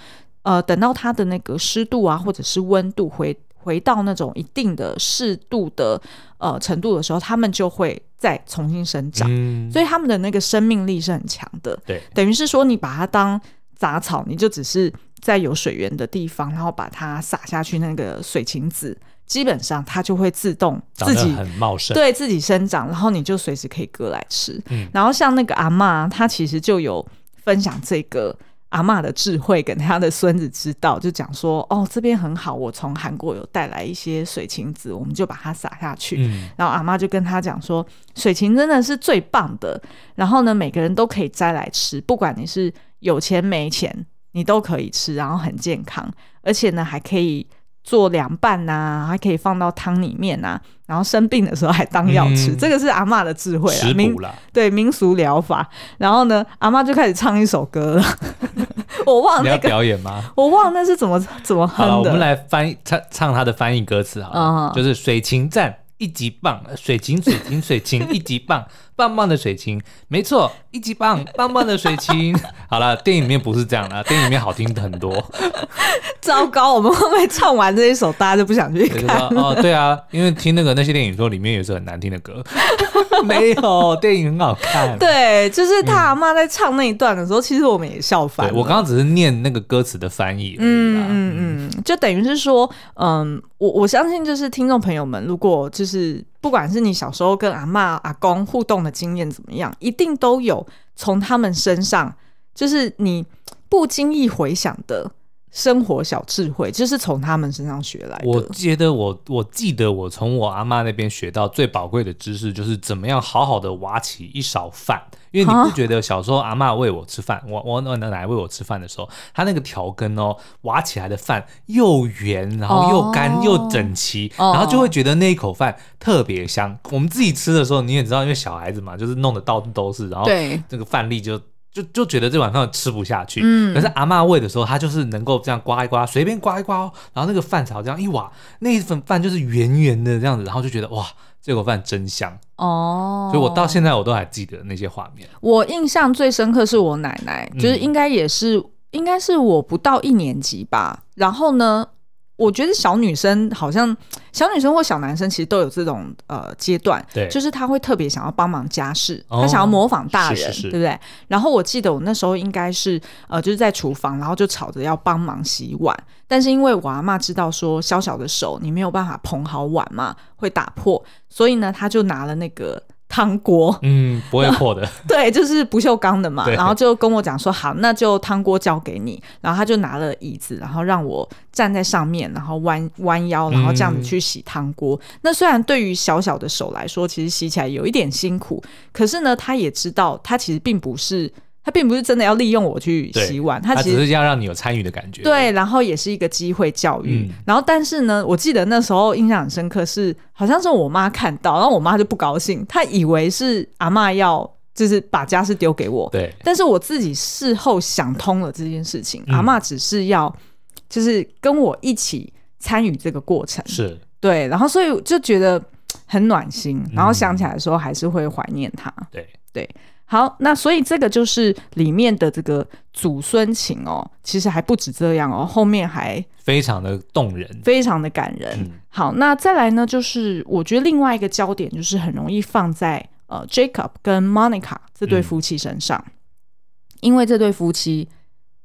Speaker 2: 呃，等到它的那个湿度啊，或者是温度回回到那种一定的适度的呃程度的时候，它们就会再重新生长。
Speaker 1: 嗯，
Speaker 2: 所以他们的那个生命力是很强的。
Speaker 1: 对
Speaker 2: 等于是说你把它当杂草，你就只是在有水源的地方，然后把它撒下去那个水芹子，基本上它就会自动
Speaker 1: 长
Speaker 2: 自
Speaker 1: 得
Speaker 2: 己
Speaker 1: 很茂盛，
Speaker 2: 对自己生长，然后你就随时可以割来吃。
Speaker 1: 嗯
Speaker 2: 然后像那个阿嬷，她其实就有分享这个阿嬷的智慧，给她的孙子知道，就讲说哦，这边很好，我从韩国有带来一些水芹子，我们就把它撒下去。
Speaker 1: 嗯，
Speaker 2: 然后阿妈就跟他讲说，水芹真的是最棒的。然后呢，每个人都可以摘来吃，不管你是有钱没钱，你都可以吃，然后很健康，而且呢还可以做凉拌呐、还可以放到汤里面呐、 然后生病的时候还当药吃。
Speaker 1: 嗯
Speaker 2: 这个是阿妈的智慧啊，
Speaker 1: 食
Speaker 2: 民
Speaker 1: 补啦，
Speaker 2: 对民俗疗法。然后呢，阿妈就开始唱一首歌了， 我忘
Speaker 1: 你
Speaker 2: 哦那
Speaker 1: 要
Speaker 2: 个，
Speaker 1: 表演吗？
Speaker 2: 我忘那是怎么怎么
Speaker 1: 好了，
Speaker 2: 哼
Speaker 1: 我
Speaker 2: 的
Speaker 1: 们。来翻译唱唱他的翻译歌词好了，
Speaker 2: 嗯
Speaker 1: 就是水芹赞一级棒，水芹水芹水芹一级棒，棒棒的水芹，没错，一级棒，棒棒的水芹。 好了，电影里面不是这样啦，电影里面好听很多，
Speaker 2: 糟糕，我们会不会唱完这一首，大家就不想去
Speaker 1: 对
Speaker 2: 看
Speaker 1: 就？说哦，对啊，因为听那个那些电影说里面也是很难听的 歌，没有，电影很好看。
Speaker 2: 对，就是他阿妈在唱那一段的时候，其实我们也笑翻
Speaker 1: 对，
Speaker 2: 了。
Speaker 1: 我刚刚只是念那个歌词的翻译而已啦。嗯
Speaker 2: 嗯嗯嗯，就等于是说，嗯，我我相信就是听众朋友们，如果就是不管是你小时候跟阿嬷阿公互动的经验怎么样，一定都有从他们身上，就是你不经意回想的生活小智慧，就是从他们身上学来
Speaker 1: 我
Speaker 2: 的。
Speaker 1: 觉得我我记得我从我阿妈那边学到最宝贵的知识，就是怎么样好好的挖起一勺饭。因为你
Speaker 2: 啊
Speaker 1: 不觉得小时候阿妈喂我吃饭，我我我奶奶喂我吃饭的时候，她那个调羹哦，挖起来的饭又圆，然后又干、
Speaker 2: 哦
Speaker 1: 又整齐，
Speaker 2: 哦
Speaker 1: 然后就会觉得那一口饭特别香。我们自己吃的时候，你也知道，因为小孩子嘛，就是弄得到处都是，然后
Speaker 3: 对，
Speaker 1: 这个饭粒就就就觉得这碗饭吃不下去。
Speaker 3: 嗯
Speaker 1: 可是阿嬷喂的时候，她就是能够这样刮一刮，随便刮一刮哦，然后那个饭炒这样一瓦，那一份饭就是圆圆的这样子，然后就觉得哇，这口饭真香。
Speaker 2: 哦
Speaker 1: 所以我到现在我都还记得那些画面。
Speaker 2: 我印象最深刻是我奶奶，
Speaker 1: 嗯
Speaker 2: 就是应该也是、应该是我不到一年级吧。然后呢，我觉得小女生好像小女生或小男生其实都有这种呃阶段，
Speaker 1: 对
Speaker 2: 就是他会特别想要帮忙家事，
Speaker 1: 哦
Speaker 2: 他想要模仿大人，
Speaker 1: 是是是
Speaker 2: 对不对？然后我记得我那时候应该是呃就是在厨房，然后就吵着要帮忙洗碗，但是因为我阿妈知道说小小的手你没有办法捧好碗嘛，会打破，所以呢，她就拿了那个汤锅，
Speaker 1: 嗯，不会破 的。
Speaker 2: 对，就是不锈钢的嘛，
Speaker 1: 对
Speaker 2: 然后就跟我讲说好，那就汤锅交给你，然后他就拿了椅子，然后让我站在上面，然后弯弯腰，然后这样子去洗汤锅。那虽然对于小小的手来说，其实洗起来有一点辛苦，可是呢，他也知道他其实并不是他并不是真的要利用我去
Speaker 1: 对
Speaker 2: 洗碗，他
Speaker 1: 它
Speaker 2: 其
Speaker 1: 只
Speaker 2: 实
Speaker 1: 是要让你有参与的感觉。
Speaker 2: 对，然后也是一个机会教育。
Speaker 1: 嗯
Speaker 2: 然后，但是呢，我记得那时候印象很深刻是，好像是我妈看到，然后我妈就不高兴，她以为是阿嬷要就是把家事丢给我。
Speaker 1: 对，
Speaker 2: 但是我自己事后想通了这件事情，
Speaker 1: 嗯
Speaker 2: 阿嬷只是要就是跟我一起参与这个过程，
Speaker 1: 是
Speaker 2: 对，然后所以就觉得嘖很暖心，然后
Speaker 1: 嗯
Speaker 2: 想起来的时候还是会怀念她。
Speaker 1: 对。
Speaker 2: 好，那所以这个就是里面的这个祖孙情哦，其实还不止这样哦，后面还
Speaker 1: 非常的动人。
Speaker 2: 非常的感人。
Speaker 1: 嗯
Speaker 2: 好，那再来呢，就是我觉得另外一个焦点就是很容易放在呃 Jacob 跟 Monica 这对
Speaker 1: 嗯
Speaker 2: 夫妻身上，因为这对夫妻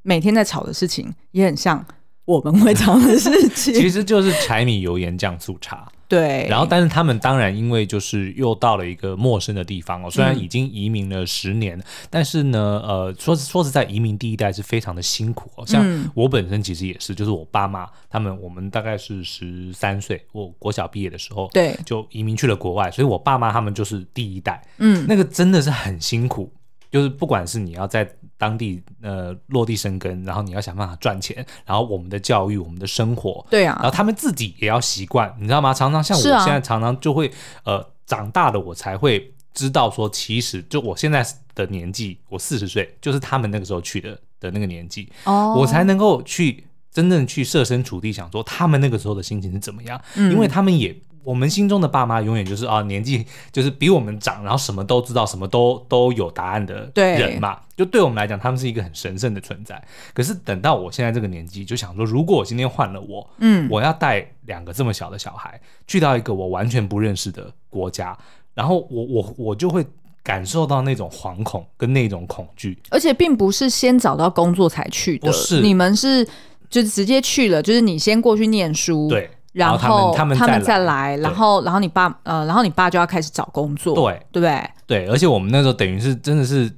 Speaker 2: 每天在吵的事情也很像我们会吵的事
Speaker 1: 其
Speaker 2: 情。
Speaker 1: 实就是柴米油盐酱醋茶，
Speaker 2: 对，
Speaker 1: 然后但是他们当然因为就是又到了一个陌生的地方哦，虽然
Speaker 2: 嗯
Speaker 1: 已经移民了十年，但是呢，呃，说实说实在，移民第一代是非常的辛苦哦。像
Speaker 2: 嗯
Speaker 1: 我本身其实也是，就是我爸妈他们，我们大概是十三岁，我国小毕业的时候，
Speaker 2: 对
Speaker 1: 就移民去了国外，所以我爸妈他们就是第一代，
Speaker 2: 嗯
Speaker 1: 那个真的是很辛苦。就是不管是你要在当地呃落地生根，然后你要想办法赚钱，然后我们的教育、我们的生活，
Speaker 2: 对
Speaker 1: 然后
Speaker 2: 啊，
Speaker 1: 他们自己也要习惯，你知道吗？常常像我
Speaker 2: 是啊
Speaker 1: 现在常常就会、呃，长大了我才会知道说，其实就我现在的年纪，我四十岁，就是他们那个时候去的的那个年纪，
Speaker 2: 哦
Speaker 1: 我才能够去真正去设身处地想说他们那个时候的心情是怎么样，
Speaker 2: 嗯
Speaker 1: 因为他们也。我们心中的爸妈永远就是啊，年纪就是比我们长，然后什么都知道，什么都都有答案的
Speaker 2: 对
Speaker 1: 人嘛。就对我们来讲，他们是一个很神圣的存在。可是等到我现在这个年纪，就想说，如果我今天换了我，
Speaker 2: 嗯
Speaker 1: 我要带两个这么小的小孩去到一个我完全不认识的国家，然后我我我就会感受到那种惶恐跟那种恐惧。
Speaker 3: 而且并不是先找到工作才去的，
Speaker 1: 不是
Speaker 3: 你们是
Speaker 2: 就直接去了，就是你先过去念书，，
Speaker 1: 对
Speaker 2: 然
Speaker 1: 然后
Speaker 2: 后
Speaker 1: 他们他
Speaker 2: 他
Speaker 1: 们再
Speaker 2: 们再
Speaker 1: 来
Speaker 2: 来，
Speaker 1: 对
Speaker 2: 然后然后你爸呃，然后你爸就要开始找工作，
Speaker 1: 对
Speaker 2: 对不对？
Speaker 1: 对，而且我们那时候等于是真的是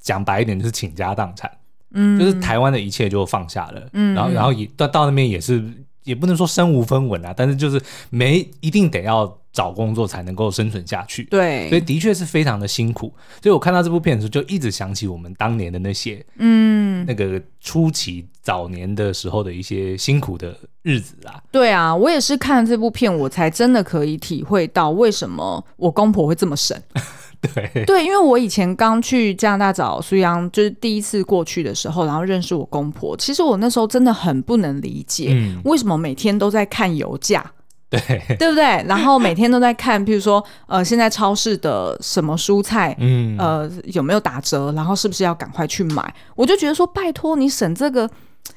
Speaker 1: 讲白一点，就是倾家荡产，
Speaker 2: 嗯，
Speaker 1: 就是台湾的一切就放下了，
Speaker 2: 嗯
Speaker 1: 然后然后也到到那边也是也不能说身无分文啊，但是就是没一定得要找工作才能够生存下去，所以
Speaker 2: 对，
Speaker 1: 的确是非常的辛苦。所以我看到这部片的时候，就一直想起我们当年的那些
Speaker 2: 嗯，
Speaker 1: 那个初期早年的时候的一些辛苦的日子啊，
Speaker 2: 对啊，我也是看了这部片，我才真的可以体会到为什么我公婆会这么省。
Speaker 1: 对，
Speaker 2: 对，因为我以前刚去加拿大找苏央，就是第一次过去的时候，然后认识我公婆。其实我那时候真的很不能理解，
Speaker 1: 嗯，
Speaker 2: 为什么每天都在看油价，
Speaker 1: 对，
Speaker 2: 对不对？然后每天都在看，譬如说，呃，现在超市的什么蔬菜。
Speaker 1: 嗯，
Speaker 2: 呃，有没有打折？然后是不是要赶快去买？我就觉得说，拜托你省这个，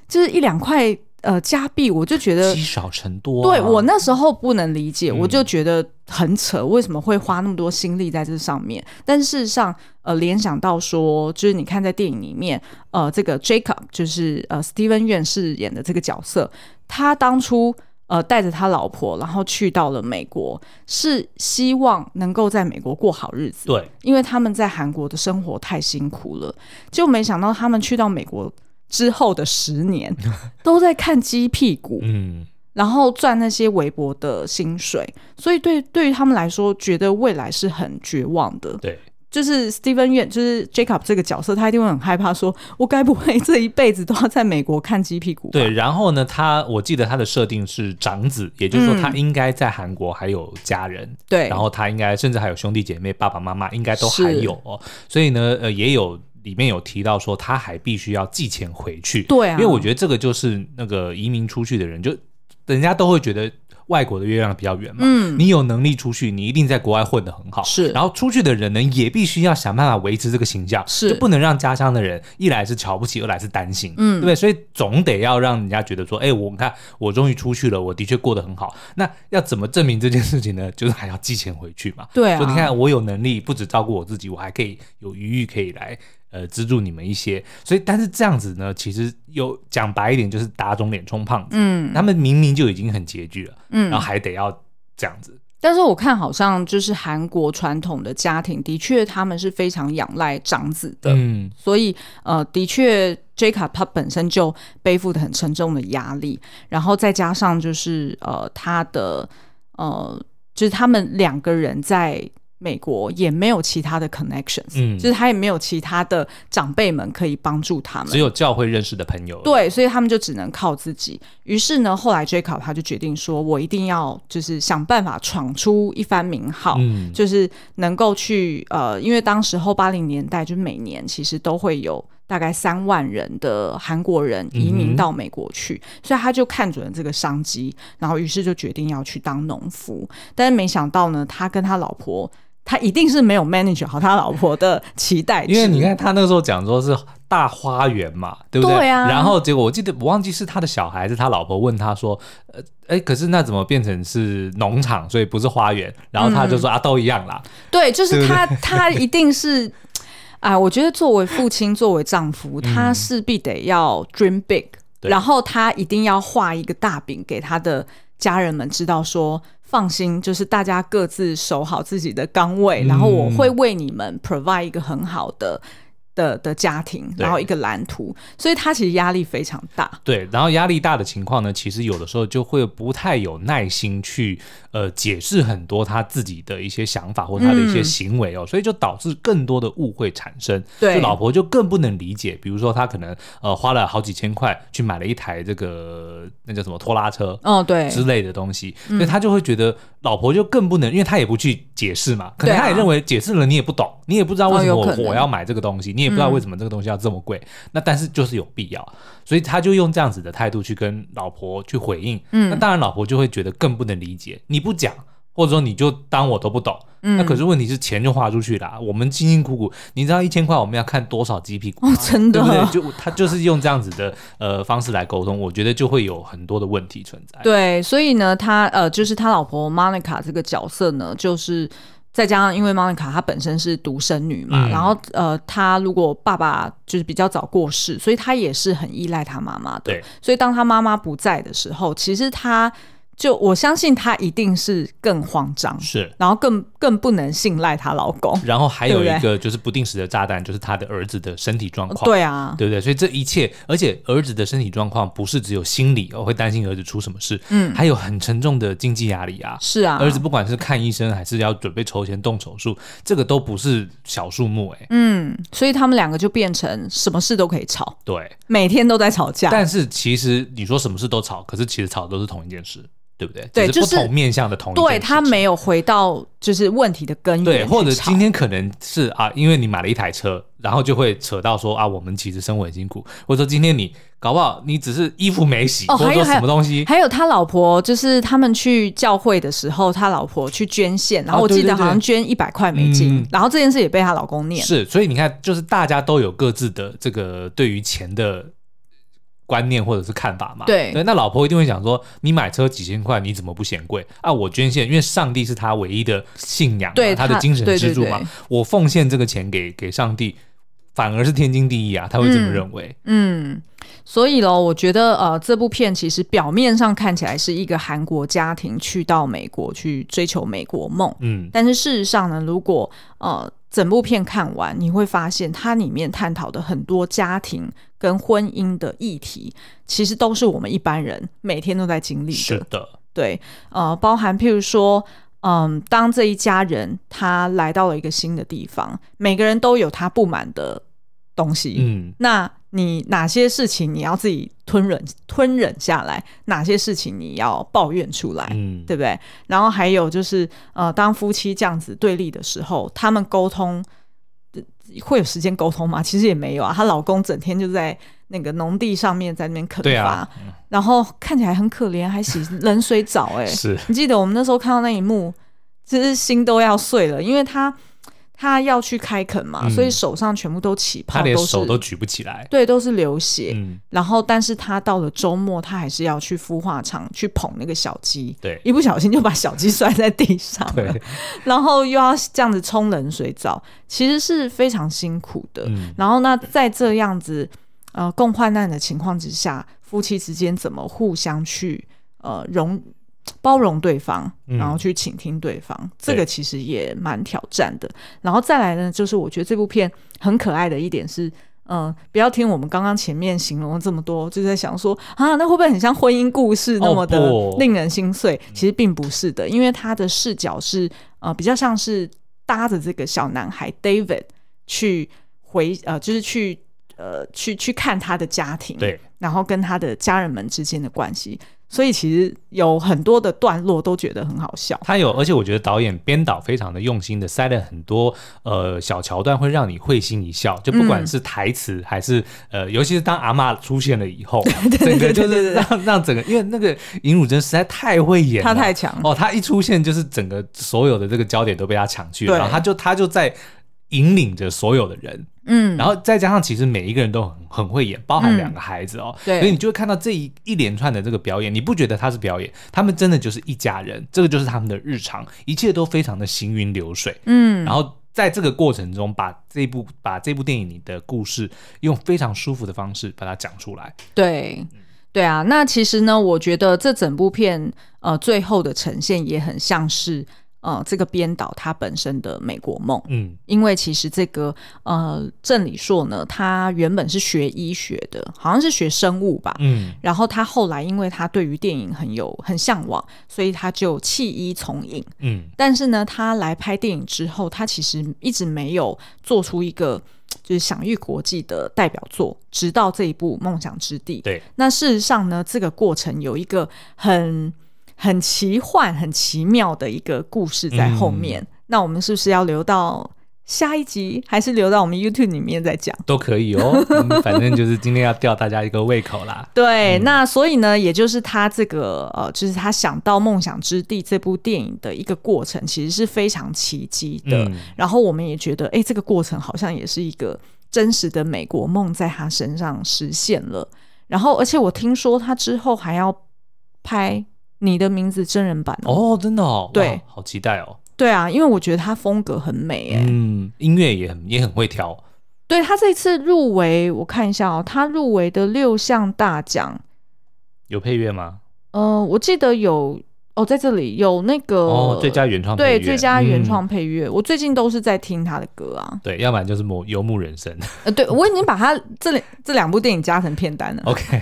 Speaker 2: 就是一两块呃加币，我就觉得
Speaker 1: 积少成多啊、
Speaker 2: 呃对我那时候不能理解，
Speaker 1: 嗯
Speaker 2: 我就觉得很扯，为什么会花那么多心力在这上面？但事实上，呃，联想到说，就是你看在电影里面，呃，这个 Jacob 就是呃 Steven 院饰演的这个角色，他当初。呃，带着他老婆，然后去到了美国，是希望能够在美国过好日子。
Speaker 1: 对
Speaker 2: 因为他们在韩国的生活太辛苦了，就没想到他们去到美国之后的十年， 都在看鸡屁股。
Speaker 1: 嗯，
Speaker 2: 然后赚那些微薄的薪水，所以对对于他们来说，觉得未来是很绝望的。
Speaker 1: 对，
Speaker 2: 就是 Steven y 就是 Jacob 这个角色，他一定会很害怕说，我该不会这一辈子都要在美国看鸡屁股吧？
Speaker 1: 对，然后呢，他我记得他的设定是长子，也就是说
Speaker 2: 嗯
Speaker 1: 他应该在韩国还有家人，
Speaker 2: 对，
Speaker 1: 然后他应该甚至还有兄弟姐妹、爸爸妈妈，应该都还
Speaker 2: 是
Speaker 1: 有哦。所以呢，呃，也有里面有提到说，他还必须要寄钱回去。
Speaker 2: 对啊
Speaker 1: 因为我觉得这个就是那个移民出去的人，就人家都会觉得外国的月亮比较圆嘛。
Speaker 2: 嗯
Speaker 1: 你有能力出去，你一定在国外混得很好。
Speaker 2: 是
Speaker 1: 然后出去的人呢，也必须要想办法维持这个形象，
Speaker 2: 是
Speaker 1: 就不能让家乡的人一来是瞧不起，二来是担心，嗯，对不对？所以总得要让人家觉得说，哎、我你看我终于出去了，我的确过得很好。那要怎么证明这件事情呢？就是还要寄钱回去嘛。
Speaker 2: 对啊
Speaker 1: 所以你看，我有能力不只照顾我自己，我还可以有余裕可以来。呃，资助你们一些，所以但是这样子呢，其实有讲白一点，就是打肿脸充胖子。
Speaker 2: 嗯
Speaker 1: 他们明明就已经很拮据了，然后
Speaker 2: 嗯，
Speaker 1: 还得要这样子。
Speaker 2: 但是我看好像就是韩国传统的家庭，的确他们是非常仰赖长子的，
Speaker 1: 嗯，
Speaker 2: 所以呃，的确，Jacob 他本身就背负的很沉重的压力，然后再加上就是呃，他的呃，就是他们两个人在美国也没有其他的 connections，、
Speaker 1: 嗯
Speaker 2: 就是他也没有其他的长辈们可以帮助他
Speaker 1: 只
Speaker 2: 们。
Speaker 1: 有教会认识的朋友。，
Speaker 2: 对，所以他们就只能靠自己。于是呢，后来 Jacob 他就决定说，我一定要就是想办法闯出一番名号，
Speaker 1: 嗯，
Speaker 2: 就是能够去呃，因为当时候八零年代，就每年其实都会有大概三万人的韩国人
Speaker 1: 嗯
Speaker 2: 移
Speaker 1: 哼
Speaker 2: 民到美国去，
Speaker 1: 嗯
Speaker 2: 所以他就看准了这个商机，然后于是就决定要去当农夫。但是没想到呢，他跟他老婆，他一定是没有 manage 好他老婆的期待值，
Speaker 1: 因为你看他那个时候讲说是大花园嘛，对不对？
Speaker 2: 对啊
Speaker 1: 然后结果我记得我忘记是他的小孩，是他老婆问他说，呃，哎，可是那怎么变成是农场，所以不是花园？然后
Speaker 2: 嗯
Speaker 1: 他就说、啊，都一样啦。
Speaker 2: 对，就
Speaker 1: 对不
Speaker 2: 是
Speaker 1: 对
Speaker 2: 他，他一定是。啊，我觉得作为父亲、作为丈夫，他势必得要 dream big，、
Speaker 1: 嗯对
Speaker 2: 然后他一定要画一个大饼给他的家人们知道说，放心，就是大家各自守好自己的岗位，
Speaker 1: 嗯
Speaker 2: 然后我会为你们 provide 一个很好的的的家庭，
Speaker 1: 对
Speaker 2: 然后一个蓝图，所以他其实压力非常大。
Speaker 1: 对，然后压力大的情况呢，其实有的时候就会不太有耐心去呃解释很多他自己的一些想法或他的一些
Speaker 2: 嗯
Speaker 1: 行为哦，所以就导致更多的误会产生。
Speaker 2: 对
Speaker 1: 就老婆就更不能理解，比如说他可能呃花了好几千块去买了一台这个那叫什么拖拉车。
Speaker 2: 哦，对，嗯
Speaker 1: 之类的东西，所以他就会觉得老婆就更不能，因为他也不去解释嘛，可能
Speaker 2: 对啊
Speaker 1: 他也认为解释了你也不懂，你也不知道为什么
Speaker 2: 哦有
Speaker 1: 我
Speaker 2: 可能嗯
Speaker 1: 我要买这个东西，你也不知道为什么这个东西要这么贵，那但是就是有必要，所以他就用这样子的态度去跟老婆去回应，
Speaker 2: 嗯
Speaker 1: 那当然老婆就会觉得更不能理解，你不讲，或者说你就当我都不懂，
Speaker 2: 嗯
Speaker 1: 那可是问题是钱就花出去啦，我们辛辛苦苦，你知道一千块我们要看多少鸡屁股吗、
Speaker 2: 哦真的
Speaker 1: 对不对？就他就是用这样子的呃方式来沟通，我觉得就会有很多的问题存在。
Speaker 2: 对，所以呢，他呃，就是他老婆 Monica 这个角色呢，就是再加上因为莫妮卡她本身是独生女嘛，
Speaker 1: 嗯
Speaker 2: 然后呃，她如果爸爸就是比较早过世，所以她也是很依赖她妈妈的
Speaker 1: 对。
Speaker 2: 所以当她妈妈不在的时候，其实她就我相信她一定是更慌张，
Speaker 1: 是。
Speaker 2: 然后更更不能信赖她老公。
Speaker 1: 然后还有
Speaker 2: 对
Speaker 1: 一
Speaker 2: 不
Speaker 1: 个就是不定时的炸弹，就是他的儿子的身体状况。
Speaker 2: 对啊，
Speaker 1: 对不对？所以这一切，而且儿子的身体状况不是只有心理，我哦会担心儿子出什么事，嗯，还有很沉重的经济压力啊。
Speaker 2: 是啊，
Speaker 1: 儿子不管是看医生还是要准备筹钱动手术，这个都不是小数目哎、
Speaker 2: 嗯，所以他们两个就变成什么事都可以吵，
Speaker 1: 对，
Speaker 2: 每天都在吵架。
Speaker 1: 但是其实你说什么事都吵，可是其实吵的都是同一件事，对不对？
Speaker 2: 对
Speaker 1: 只是不
Speaker 2: 就是
Speaker 1: 同面向的同一件事
Speaker 2: 对他
Speaker 1: 情
Speaker 2: 没有回到就是问题的根源去
Speaker 1: 对，
Speaker 2: 吵，
Speaker 1: 或者今天可能是啊，因为你买了一台车，然后就会扯到说啊，我们其实生活很辛苦，或者说今天你搞不好你只是衣服没洗，
Speaker 2: 哦
Speaker 1: 或者
Speaker 2: 还有
Speaker 1: 说
Speaker 2: 还有
Speaker 1: 什么东西，
Speaker 2: 还有他老婆，就是他们去教会的时候，他老婆去捐献，然后我
Speaker 1: 哦对
Speaker 2: 记得
Speaker 1: 对对
Speaker 2: 好像捐一百块美金，
Speaker 1: 嗯
Speaker 2: 然后这件事也被她老公念。
Speaker 1: 是，所以你看，就是大家都有各自的这个对于钱的观念或者是看法嘛。
Speaker 2: 对
Speaker 1: 那老婆一定会想说，你买车几千块，你怎么不嫌贵啊？我捐献，因为上帝是他唯一的信仰嘛，
Speaker 2: 对
Speaker 1: 他的
Speaker 2: 他
Speaker 1: 精神
Speaker 2: 对
Speaker 1: 支
Speaker 2: 对
Speaker 1: 柱嘛。
Speaker 2: 对
Speaker 1: 我奉献这个钱给给上帝，反而是天经地义啊，他会这么
Speaker 2: 嗯
Speaker 1: 认为。
Speaker 2: 嗯，所以咯，我觉得呃，这部片其实表面上看起来是一个韩国家庭去到美国去追求美国梦，
Speaker 1: 嗯，
Speaker 2: 但是事实上呢，如果呃整部片看完，你会发现它里面探讨的很多家庭跟婚姻的议题，其实都是我们一般人每天都在经历
Speaker 1: 是
Speaker 2: 的。
Speaker 1: 的，
Speaker 2: 对，呃，包含譬如说。嗯，当这一家人他来到了一个新的地方，每个人都有他不满的东西。
Speaker 1: 嗯。
Speaker 2: 那你哪些事情你要自己吞忍吞忍下来，哪些事情你要抱怨出来？
Speaker 1: 嗯，
Speaker 2: 哎对不对？然后还有就是，呃，当夫妻这样子对立的时候，他们沟通呃会有时间沟通吗？其实也没有啊。她老公整天就在那个农地上面在那边啃
Speaker 1: 对
Speaker 2: 伐，
Speaker 1: 啊
Speaker 2: 然后看起来很可怜，还 洗冷水澡、欸。哎，
Speaker 1: 是
Speaker 2: 你记得我们那时候看到那一幕，其实心都要碎了，因为他他要去开垦嘛，
Speaker 1: 嗯
Speaker 2: 所以手上全部都起泡，
Speaker 1: 他连
Speaker 2: 都是
Speaker 1: 手都举不起来。
Speaker 2: 对，都是流血。
Speaker 1: 嗯，
Speaker 2: 然后，但是他到了周末，他还是要去孵化场去捧那个小鸡，
Speaker 1: 对
Speaker 2: 一不小心就把小鸡摔在地上了，
Speaker 1: 对，
Speaker 2: 然后又要这样子冲冷水澡，其实是非常辛苦的。
Speaker 1: 嗯，
Speaker 2: 然后那在这样子呃共患难的情况之下，夫妻之间怎么互相去呃容包容对方，
Speaker 1: 嗯
Speaker 2: 然后去倾听对方，这
Speaker 1: 对
Speaker 2: 个其实也蛮挑战的。然后再来呢，就是我觉得这部片很可爱的一点是。嗯，不要听我们刚刚前面形容了这么多，就在想说啊，那会不会很像婚姻故事那么的
Speaker 1: 哦不
Speaker 2: 令人心碎？其实并不是的，因为他的视角是呃，比较像是搭着这个小男孩 David 去回呃，就是去呃去去看他的家庭，
Speaker 1: 对，
Speaker 2: 然后跟他的家人们之间的关系，所以其实有很多的段落都觉得很好笑。
Speaker 1: 他有，而且我觉得导演编导非常的用心的塞了很多呃小桥段，会让你会心一笑。就不
Speaker 2: 嗯
Speaker 1: 管是台词还是、呃，尤其是当阿嬷出现了以后，整个就是
Speaker 2: 对对对
Speaker 1: 让让整个，因为那个尹汝贞实在太会演了，
Speaker 2: 她太强
Speaker 1: 哦，她一出现就是整个所有的这个焦点都被她抢去了，
Speaker 2: 对
Speaker 1: 然后她就她就在引领着所有的人，
Speaker 2: 嗯，
Speaker 1: 然后再加上，其实每一个人都很很会演，包含两个孩子哦，
Speaker 2: 嗯对
Speaker 1: 所以你就会看到这一一连串的这个表演，你不觉得他是表演，他们真的就是一家人，这个就是他们的日常，一切都非常的行云流水，嗯，然后在这个过程中，把这部把这部电影里的故事用非常舒服的方式把它讲出来，
Speaker 2: 对。对啊，那其实呢，我觉得这整部片呃最后的呈现也很像是呃这个编导他本身的美国梦，
Speaker 1: 嗯，
Speaker 2: 因为其实这个呃郑李硕呢，他原本是学医学的，好像是学生物吧，
Speaker 1: 嗯，
Speaker 2: 然后他后来因为他对于电影很有很向往，所以他就弃医从影。
Speaker 1: 嗯，
Speaker 2: 但是呢，他来拍电影之后，他其实一直没有做出一个就是享誉国际的代表作，直到这一部《梦想之地》。
Speaker 1: 对，
Speaker 2: 那事实上呢，这个过程有一个很很奇幻、很奇妙的一个故事在后面。那我们是不是要留到下一集，还是留到我们 YouTube 里面再讲？
Speaker 1: 都可以 哦，嗯反正就是今天要吊大家一个胃口啦，
Speaker 2: 对，那所以呢，也就是他这个呃，嗯就是他想到《梦想之地》这部电影的一个过程，其实是非常奇迹的。
Speaker 1: 嗯
Speaker 2: 然后我们也觉得，哎，这个过程好像也是一个真实的美国梦在他身上实现了。然后，而且我听说他之后还要拍《你的名字》真人版哦。
Speaker 1: 哦，真的哦，哇
Speaker 2: 对
Speaker 1: 好期待哦，
Speaker 2: 对啊，因为我觉得他风格很美、欸，哎、
Speaker 1: 嗯，音乐也很也很会挑，
Speaker 2: 对他这次入围，我看一下哦，他入围的六项大奖，
Speaker 1: 有配乐吗？
Speaker 2: 呃，我记得有哦，在这里有那个、
Speaker 1: 哦，最佳原创配乐
Speaker 2: 对最佳原创
Speaker 1: 嗯
Speaker 2: 配乐，我最近都是在听他的歌啊。
Speaker 1: 对，要不然就是《游牧人生》
Speaker 2: 呃，对我已经把他这两这两部电影加成片单了。
Speaker 1: OK，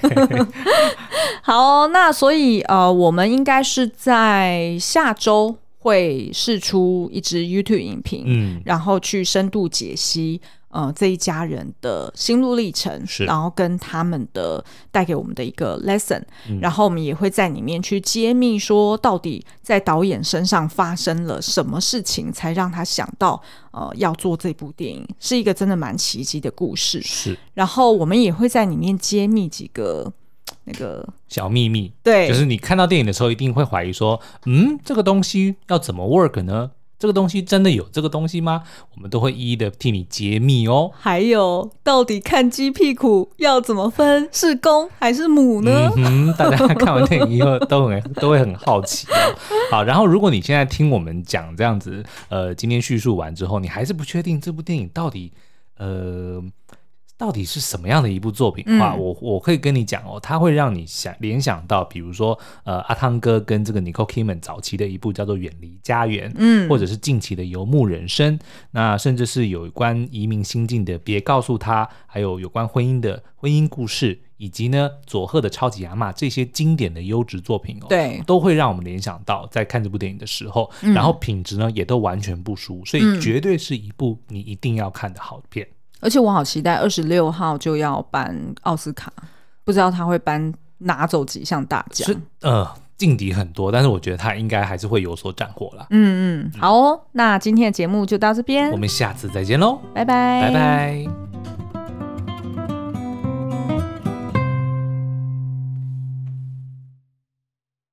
Speaker 2: 好哦、那所以呃，我们应该是在下周会试出一支 YouTube 影评，
Speaker 1: 嗯，
Speaker 2: 然后去深度解析呃这一家人的心路历程，
Speaker 1: 是
Speaker 2: 然后跟他们的带给我们的一个 lesson，、
Speaker 1: 嗯
Speaker 2: 然后我们也会在里面去揭秘说到底在导演身上发生了什么事情，才让他想到呃要做这部电影，是一个真的蛮奇迹的故事。
Speaker 1: 是
Speaker 2: 然后我们也会在里面揭秘几个那个
Speaker 1: 小秘密，
Speaker 2: 对，
Speaker 1: 就是你看到电影的时候，一定会怀疑说，嗯，这个东西要怎么 work 呢？这个东西真的有这个东西吗？我们都会一一的替你解密哦。
Speaker 2: 还有，到底看鸡屁股要怎么分，是公还是母呢
Speaker 1: 嗯？哼，大家看完电影以后都很 都会很好奇、哦。好，然后如果你现在听我们讲这样子，呃，今天叙述完之后，你还是不确定这部电影到底，呃。到底是什么样的一部作品的话，
Speaker 2: 嗯
Speaker 1: 我我可以跟你讲哦，它会让你想联想到，比如说呃阿汤哥跟这个 Nicole Kidman 早期的一部叫做《远离家园》，
Speaker 2: 嗯
Speaker 1: 或者是近期的《游牧人生》，那甚至是有关移民心境的《别告诉他》，还有有关婚姻的婚姻故事，以及呢佐贺的《超级阿嬷》这些经典的优质作品哦，
Speaker 2: 对，嗯
Speaker 1: 都会让我们联想到在看这部电影的时候，然后品质呢也都完全不输，所以绝对是一部你一定要看的好片。
Speaker 2: 而且我好期待二十六号就要颁奥斯卡，不知道他会颁拿走几项大奖
Speaker 1: 是。呃，劲敌很多，但是我觉得它应该还是会有所斩获啦。
Speaker 2: 嗯嗯，好哦，那今天的节目就到这边
Speaker 1: 我，们下次再见喽，
Speaker 2: 拜拜，
Speaker 1: 拜拜